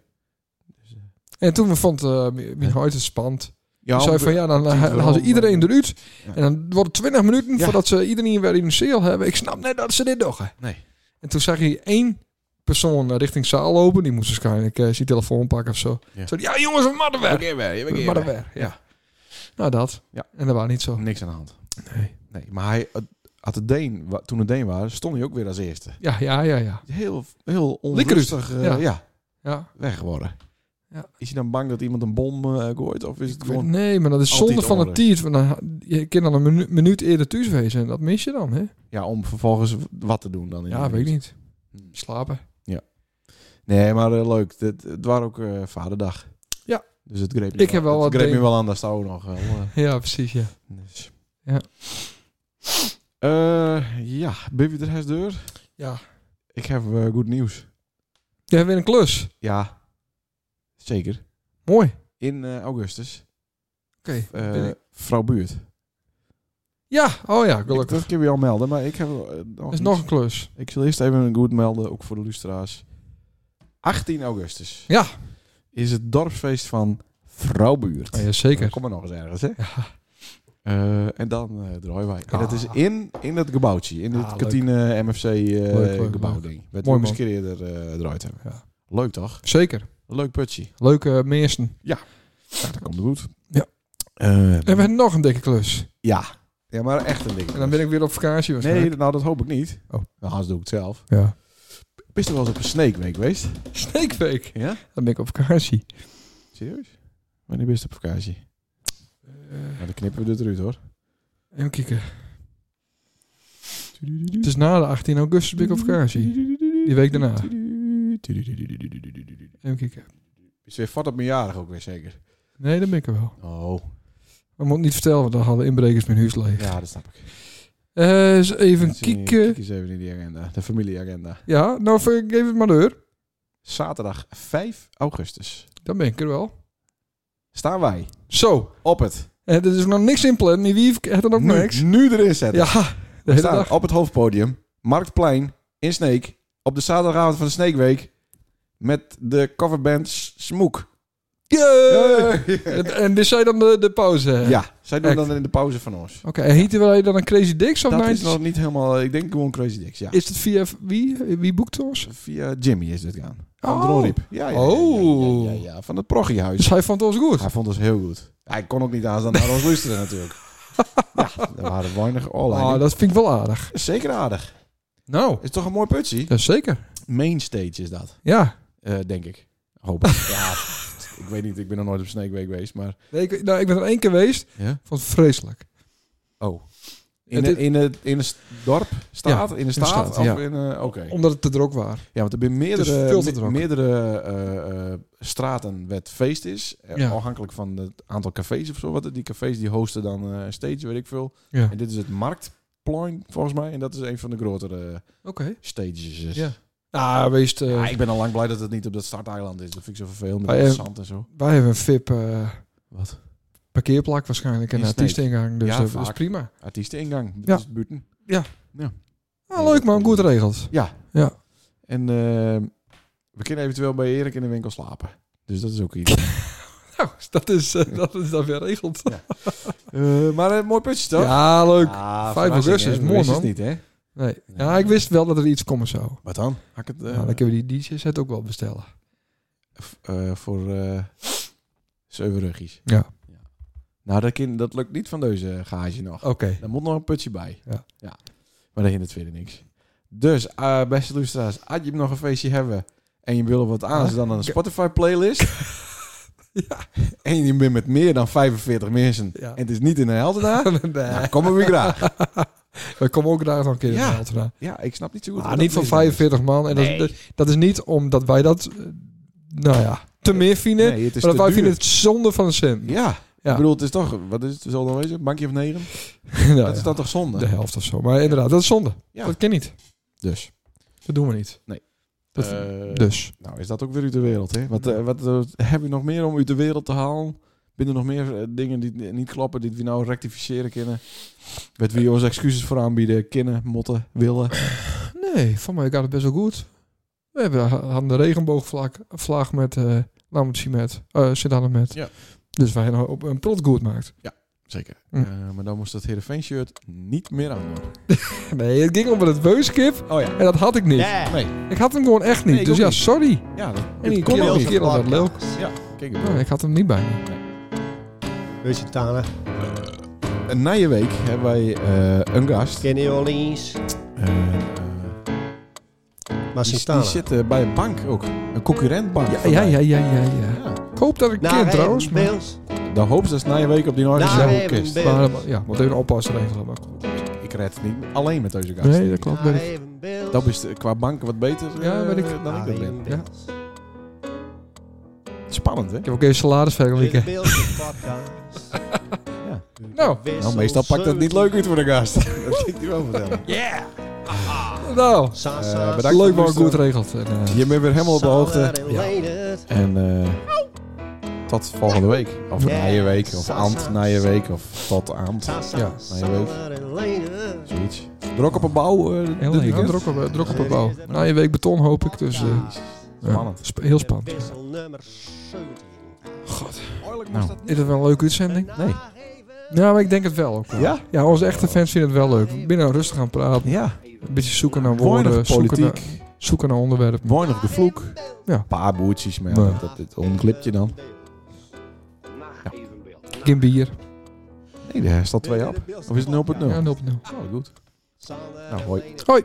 Speaker 2: En toen vond eh mijn
Speaker 3: Ja.
Speaker 2: huid het spannend.
Speaker 3: Ja,
Speaker 2: zei van ja, dan eh,
Speaker 3: tien voor
Speaker 2: halen ze
Speaker 3: om,
Speaker 2: iedereen
Speaker 3: eh,
Speaker 2: eruit.
Speaker 3: ja.
Speaker 2: En dan wordt het 20 minuten
Speaker 3: Ja.
Speaker 2: voordat ze iedereen weer in de cel hebben. Ik snap net dat ze dit doggen.
Speaker 3: Nee.
Speaker 2: En toen zag hij één persoon eh, richting zaal lopen. Die moest waarschijnlijk eh, zijn telefoon pakken of zo.
Speaker 3: Ja.
Speaker 2: Ja, ja jongens, we moeten
Speaker 3: Ja,
Speaker 2: weg.
Speaker 3: keer weer, ja,
Speaker 2: We
Speaker 3: keer
Speaker 2: moeten
Speaker 3: weer.
Speaker 2: weg, ja. Nou, dat.
Speaker 3: Ja.
Speaker 2: En dat was niet zo.
Speaker 3: Niks aan de hand.
Speaker 2: Oh. Nee.
Speaker 3: Nee, maar hij eh, had de Deen, wa- toen de Deen waren, stond hij ook weer als eerste.
Speaker 2: Ja, ja, ja, ja.
Speaker 3: Heel, heel onrustig eh,
Speaker 2: ja.
Speaker 3: ja.
Speaker 2: ja.
Speaker 3: weg worden.
Speaker 2: Ja.
Speaker 3: Is hij dan bang dat iemand een bom eh, gooit? Of is het gewoon...
Speaker 2: Nee, maar dat is
Speaker 3: Altijd
Speaker 2: zonde van het
Speaker 3: onrust.
Speaker 2: tijd. Want dan, je kan dan een minu- minuut eerder thuis wezen. En dat mis je dan, hè?
Speaker 3: Ja, om vervolgens wat te doen dan. in
Speaker 2: Ja,
Speaker 3: de
Speaker 2: weet ik
Speaker 3: buurt.
Speaker 2: niet.
Speaker 3: Hmm.
Speaker 2: Slapen.
Speaker 3: Nee, maar eh, leuk. Het, het waren ook eh, vaderdag.
Speaker 2: Ja.
Speaker 3: Dus het greep me,
Speaker 2: Ik heb wel
Speaker 3: het
Speaker 2: wat
Speaker 3: greep me
Speaker 2: Deen.
Speaker 3: wel aan de touw nog. wel, eh,
Speaker 2: Ja, precies, ja.
Speaker 3: dus.
Speaker 2: Ja.
Speaker 3: Eh, ja, Bibi de huisdeur.
Speaker 2: Ja.
Speaker 3: Ik heb eh, goed nieuws.
Speaker 2: Jij hebt weer een klus.
Speaker 3: Ja. Zeker.
Speaker 2: Mooi.
Speaker 3: In eh, augustus.
Speaker 2: Oké.
Speaker 3: eh,
Speaker 2: ben ik-
Speaker 3: vrouw Buurt.
Speaker 2: Ja, oh ja,
Speaker 3: Ik,
Speaker 2: gelukkig.
Speaker 3: dat kun je al melden, maar ik heb... eh, nog
Speaker 2: Dat is
Speaker 3: niet-
Speaker 2: nog een klus.
Speaker 3: Ik zal eerst even een goed melden, ook voor de lustra's. 18 augustus.
Speaker 2: Ja.
Speaker 3: Is het dorpsfeest van Vrouwbuurt.
Speaker 2: Oh ja, zeker.
Speaker 3: Kom maar nog eens ergens, hè? Eh, en dan eh draaien wij. En dat is
Speaker 2: Ah.
Speaker 3: in, in dat gebouwtje. In het
Speaker 2: Ah, leuk.
Speaker 3: kantine MFC eh
Speaker 2: Leuk, leuk,
Speaker 3: gebouw
Speaker 2: leuk.
Speaker 3: ding. Wat we
Speaker 2: Mooi,
Speaker 3: ook eens een keer eerder eh, eruit hebben.
Speaker 2: Ja.
Speaker 3: Leuk toch?
Speaker 2: Zeker.
Speaker 3: Leuk putje.
Speaker 2: Leuke meesten.
Speaker 3: Nou, dat komt goed.
Speaker 2: Ja.
Speaker 3: Eh,
Speaker 2: En we hebben nog een dikke klus.
Speaker 3: ja. Ja, maar echt een ding.
Speaker 2: En dan ben ik weer op vakantie
Speaker 3: Nee,
Speaker 2: waarschijnlijk.
Speaker 3: nou dat hoop ik niet.
Speaker 2: Oh.
Speaker 3: Nou, anders doe ik het zelf.
Speaker 2: Nee. Ja.
Speaker 3: Bist je wel eens op een snake week geweest?
Speaker 2: Snake Week.
Speaker 3: Ja?
Speaker 2: Dan ben ik op vakantie.
Speaker 3: Serieus? Wanneer ben je op vakantie? Nou, dan knippen we dit eruit hoor.
Speaker 2: Eh, Even kijken. Het is na de 18 augustus ben ik op vakantie. Die week daarna. Even kijken.
Speaker 3: Is weer vat op mijn jarig ook weer zeker.
Speaker 2: Nee, dat ben ik er wel.
Speaker 3: Oh.
Speaker 2: We moeten niet vertellen, want dan hadden inbrekers mijn huis leeg.
Speaker 3: Ja, dat snap ik.
Speaker 2: Eh, eens even
Speaker 3: Zie je,
Speaker 2: kijken.
Speaker 3: Kijk eens even in die agenda. De familieagenda.
Speaker 2: Ja, nou geef het maar deur.
Speaker 3: Zaterdag 5 augustus.
Speaker 2: Dan ben ik er wel.
Speaker 3: Staan wij
Speaker 2: Zo.
Speaker 3: op het.
Speaker 2: En er is nog niks in plan. Die wief heeft dan ook
Speaker 3: nu,
Speaker 2: niks.
Speaker 3: Nu erin zetten.
Speaker 2: Ja, de
Speaker 3: We
Speaker 2: hele
Speaker 3: staan
Speaker 2: dag.
Speaker 3: op het hoofdpodium. Marktplein in Sneek. Op de zaterdagavond van de Sneekweek. Met de coverband S- Smoek.
Speaker 2: Yay! En, en dit zijn dan de, de pauze. hè?
Speaker 3: Ja, zij doen
Speaker 2: Echt?
Speaker 3: dan in de pauze van ons.
Speaker 2: Oké, en hieten wij dan een Crazy Dicks of
Speaker 3: Dat
Speaker 2: nee,
Speaker 3: is nog niet helemaal... Ik denk gewoon Crazy Dicks, ja.
Speaker 2: is het via wie? Wie boekt ons?
Speaker 3: Via Jimmy is dit gaan.
Speaker 2: Oh.
Speaker 3: Van Drolriep. Ja, ja, ja,
Speaker 2: Oh.
Speaker 3: Ja, ja, ja, ja. Van het
Speaker 2: Dus
Speaker 3: Prochiehuis.
Speaker 2: hij vond ons goed.
Speaker 3: Hij vond ons heel goed. Hij kon ook niet aanstaan naar ons luisteren natuurlijk. ja, er waren weinig online.
Speaker 2: Oh, dat vind ik wel aardig.
Speaker 3: is zeker aardig.
Speaker 2: Nou,
Speaker 3: Is toch een mooi putje?
Speaker 2: ja, zeker.
Speaker 3: Mainstage is dat,
Speaker 2: Ja.
Speaker 3: Eh, denk ik. Hoop ik. ja, ik weet niet. Ik ben nog nooit op Sneekweek geweest, maar...
Speaker 2: Nee, ik, nou, ik ben er één keer geweest.
Speaker 3: Ja?
Speaker 2: Vond het vreselijk.
Speaker 3: Oh. In
Speaker 2: Het
Speaker 3: het
Speaker 2: is-
Speaker 3: in het in het dorp? Staat? in de
Speaker 2: in de
Speaker 3: staat?
Speaker 2: staat, ja.
Speaker 3: Of in... eh, Oké.
Speaker 2: Omdat het te druk was.
Speaker 3: Ja, want er zijn
Speaker 2: Het is
Speaker 3: meerdere,
Speaker 2: veel te druk.
Speaker 3: meerdere eh, eh, straten waar het feest is. Eh,
Speaker 2: Ja.
Speaker 3: Afhankelijk van het aantal cafés of zo. Wat het, die cafés die hosten dan eh stage, weet ik veel.
Speaker 2: Ja.
Speaker 3: En dit is het Marktplein, volgens mij. En dat is een van de grotere eh,
Speaker 2: Oké.
Speaker 3: stages. is.
Speaker 2: Ja. Nou, wees, eh,
Speaker 3: Dus- Ja, ik ben al lang blij dat het niet op dat starteiland is. Dat vind ik zo vervelend met
Speaker 2: Maar,
Speaker 3: dat
Speaker 2: eh,
Speaker 3: zand en zo.
Speaker 2: wij hebben een VIP eh,
Speaker 3: Wat?
Speaker 2: parkeerplak waarschijnlijk. En
Speaker 3: In
Speaker 2: een
Speaker 3: Sneek.
Speaker 2: artiesteningang. Dus
Speaker 3: Ja,
Speaker 2: eh, dat is
Speaker 3: vaak.
Speaker 2: prima.
Speaker 3: Artiesteningang. Dat
Speaker 2: Ja.
Speaker 3: is het buiten.
Speaker 2: Nou, leuk man, goed geregeld.
Speaker 3: Ja.
Speaker 2: Ja.
Speaker 3: En eh, we kunnen eventueel bij Erik in de winkel slapen. Dus dat is ook iets.
Speaker 2: Nou, dat is, eh, dat is dan weer geregeld.
Speaker 3: Eh, maar een mooi putje toch?
Speaker 2: Ja, leuk.
Speaker 3: Ah,
Speaker 2: 5 augustus,
Speaker 3: hè? We
Speaker 2: mooi,
Speaker 3: wisten
Speaker 2: man.
Speaker 3: het niet, hè?
Speaker 2: Nee. Ja, ik wist wel dat er iets komen zou.
Speaker 3: Wat dan? Had ik het eh,
Speaker 2: Ja, dan kunnen we die DJ set ook wel bestellen.
Speaker 3: f- eh, voor eh zeven ruggies.
Speaker 2: Ja.
Speaker 3: Nou, dat, kind, dat lukt niet van deze eh, garage nog.
Speaker 2: Oké.
Speaker 3: Daar moet nog een putje bij.
Speaker 2: Ja.
Speaker 3: Maar dat hindert verder niks. Dus, eh, beste luisteraars, als je nog een feestje hebben en je wil wat aan, dan een Spotify playlist. En je bent met meer dan 45 mensen
Speaker 2: Ja.
Speaker 3: en het is niet in de helden daar.
Speaker 2: nee.
Speaker 3: Nou, kom maar weer graag.
Speaker 2: We komen ook daar nog een keer
Speaker 3: Ja.
Speaker 2: in de Ultra.
Speaker 3: Ja, ik snap niet zo goed.
Speaker 2: Ah,
Speaker 3: wat
Speaker 2: niet
Speaker 3: dat
Speaker 2: van
Speaker 3: is, jongens.
Speaker 2: 45 man. En
Speaker 3: Nee.
Speaker 2: dat, is- dat is niet omdat wij dat, eh, nou ja, te meer vinden.
Speaker 3: Nee, het is
Speaker 2: maar dat wij
Speaker 3: te duur.
Speaker 2: vinden het zonde van een cent.
Speaker 3: Ja.
Speaker 2: Ja.
Speaker 3: ik bedoel, het is toch, wat is het, zal dan wezen? Bankje of negen?
Speaker 2: Nou
Speaker 3: dat
Speaker 2: ja,
Speaker 3: is dan toch zonde?
Speaker 2: de helft of zo. Maar inderdaad, dat is zonde.
Speaker 3: Ja.
Speaker 2: Dat kan niet.
Speaker 3: Dus.
Speaker 2: Dat doen we niet.
Speaker 3: Nee.
Speaker 2: Dat-
Speaker 3: Eh,
Speaker 2: dus.
Speaker 3: Nou, is dat ook weer uit de wereld, hè? Wat, eh, wat eh, heb je nog meer om uit de wereld te halen? Binnen nog meer eh, dingen die eh, niet kloppen, die we nou rectificeren kunnen? Met wie ons excuses voor aanbieden, kunnen, motten, willen.
Speaker 2: Nee, voor mij gaat het best wel goed. We hebben, hadden de regenboogvlag vlag met eh Lambertsie met, eh sint met.
Speaker 3: Ja.
Speaker 2: Dus wij hebben op een prot goed maakt.
Speaker 3: Zeker.
Speaker 2: Hm.
Speaker 3: Eh, maar dan moest dat Heerenveen shirt niet meer aan doen.
Speaker 2: Nee, het ging om het beuskip
Speaker 3: Oh ja.
Speaker 2: en dat had ik niet.
Speaker 1: Yeah.
Speaker 3: Nee.
Speaker 2: Ik had hem gewoon echt niet.
Speaker 3: Nee, ik
Speaker 2: dus
Speaker 3: ook
Speaker 2: ja,
Speaker 3: niet.
Speaker 2: sorry.
Speaker 3: Ja, dat
Speaker 2: En die
Speaker 3: kon
Speaker 2: kerel,
Speaker 3: ook
Speaker 2: die
Speaker 3: niet.
Speaker 2: kerel dat leuk.
Speaker 3: Ja, kijk.
Speaker 2: Nou, ik had hem niet bij me.
Speaker 1: Weet je, Tana?
Speaker 3: En eh, na je week hebben wij eh, een gast.
Speaker 1: Kenny Orleans.
Speaker 3: Eh, eh,
Speaker 1: Maar
Speaker 3: die,
Speaker 1: ze
Speaker 3: die
Speaker 1: Tana.
Speaker 3: zit eh, bij een bank ook. Een concurrentbank.
Speaker 2: Ja,
Speaker 3: van
Speaker 2: ja,
Speaker 3: mij.
Speaker 2: ja, ja, ja, ja. Ik hoop dat ik
Speaker 1: Naar
Speaker 2: ken trouwens.
Speaker 1: trouwens,
Speaker 2: Maar,
Speaker 1: Beels.
Speaker 3: Dan hoop ze dat ze na je week op die Noorse
Speaker 1: Daar
Speaker 3: nou,
Speaker 1: hebben we
Speaker 2: maar, ja, moet even oppassen regelen. Maar goed.
Speaker 3: Ik red het niet alleen met deze gast.
Speaker 2: Nee, dat klopt.
Speaker 1: Naar
Speaker 2: Ben ik.
Speaker 1: even Beels.
Speaker 3: Dat is eh, qua bank wat beter
Speaker 2: Ja,
Speaker 3: eh,
Speaker 2: weet ik.
Speaker 3: dan ik
Speaker 1: Naar
Speaker 3: dat
Speaker 1: even
Speaker 3: ben.
Speaker 1: Beels.
Speaker 3: Spannend, hè?
Speaker 2: Ik heb ook even salaris
Speaker 1: De
Speaker 2: vergeleken.
Speaker 1: Beelse podcast.
Speaker 3: Ja.
Speaker 2: Nou.
Speaker 3: Nou, meestal pakt dat niet leuk uit voor de gast. dat kan ik je wel vertellen.
Speaker 2: Nou,
Speaker 1: Sasa.
Speaker 3: Eh, bedankt.
Speaker 2: leuk maar
Speaker 3: Luisteren.
Speaker 2: goed regelt. En, eh,
Speaker 3: Je bent weer helemaal op de hoogte.
Speaker 1: Ja.
Speaker 3: En eh, tot volgende week. Of
Speaker 1: Ja.
Speaker 3: na je week. Of aand na je week. Of tot aand.
Speaker 1: Sasa.
Speaker 2: Ja.
Speaker 3: Zoiets. Drok op een bouw. eh, dit
Speaker 2: Heel leuk.
Speaker 3: weekend.
Speaker 2: Druk op, eh, druk op een bouw. Na je week beton hoop ik. Dus eh, ja,
Speaker 3: Spannend.
Speaker 2: sp- heel spannend.
Speaker 1: Wissel nummer 17.
Speaker 3: Nou.
Speaker 2: Is het wel een leuke uitzending?
Speaker 3: Nee.
Speaker 2: Ja, maar ik denk het wel ook wel.
Speaker 3: Ja?
Speaker 2: Ja, onze echte fans vinden het wel leuk. Binnen rustig aan praten.
Speaker 3: Ja.
Speaker 2: Een beetje zoeken naar woorden.
Speaker 3: Weinig
Speaker 2: Zoeken naar,
Speaker 3: politiek.
Speaker 2: zoeken naar onderwerpen.
Speaker 3: Weinig de vloek.
Speaker 2: Ja.
Speaker 3: Een paar boertjes, maar ja,
Speaker 2: Nee.
Speaker 3: dat, dat, dat ontglipt je dan.
Speaker 6: Nacht evenbeeld. Nacht.
Speaker 2: Geen bier.
Speaker 3: Nee, daar staat 2 op. Of is het 0.0?
Speaker 2: Ja, 0.0.
Speaker 3: Oh, goed. Nou, hoi.
Speaker 2: Hoi.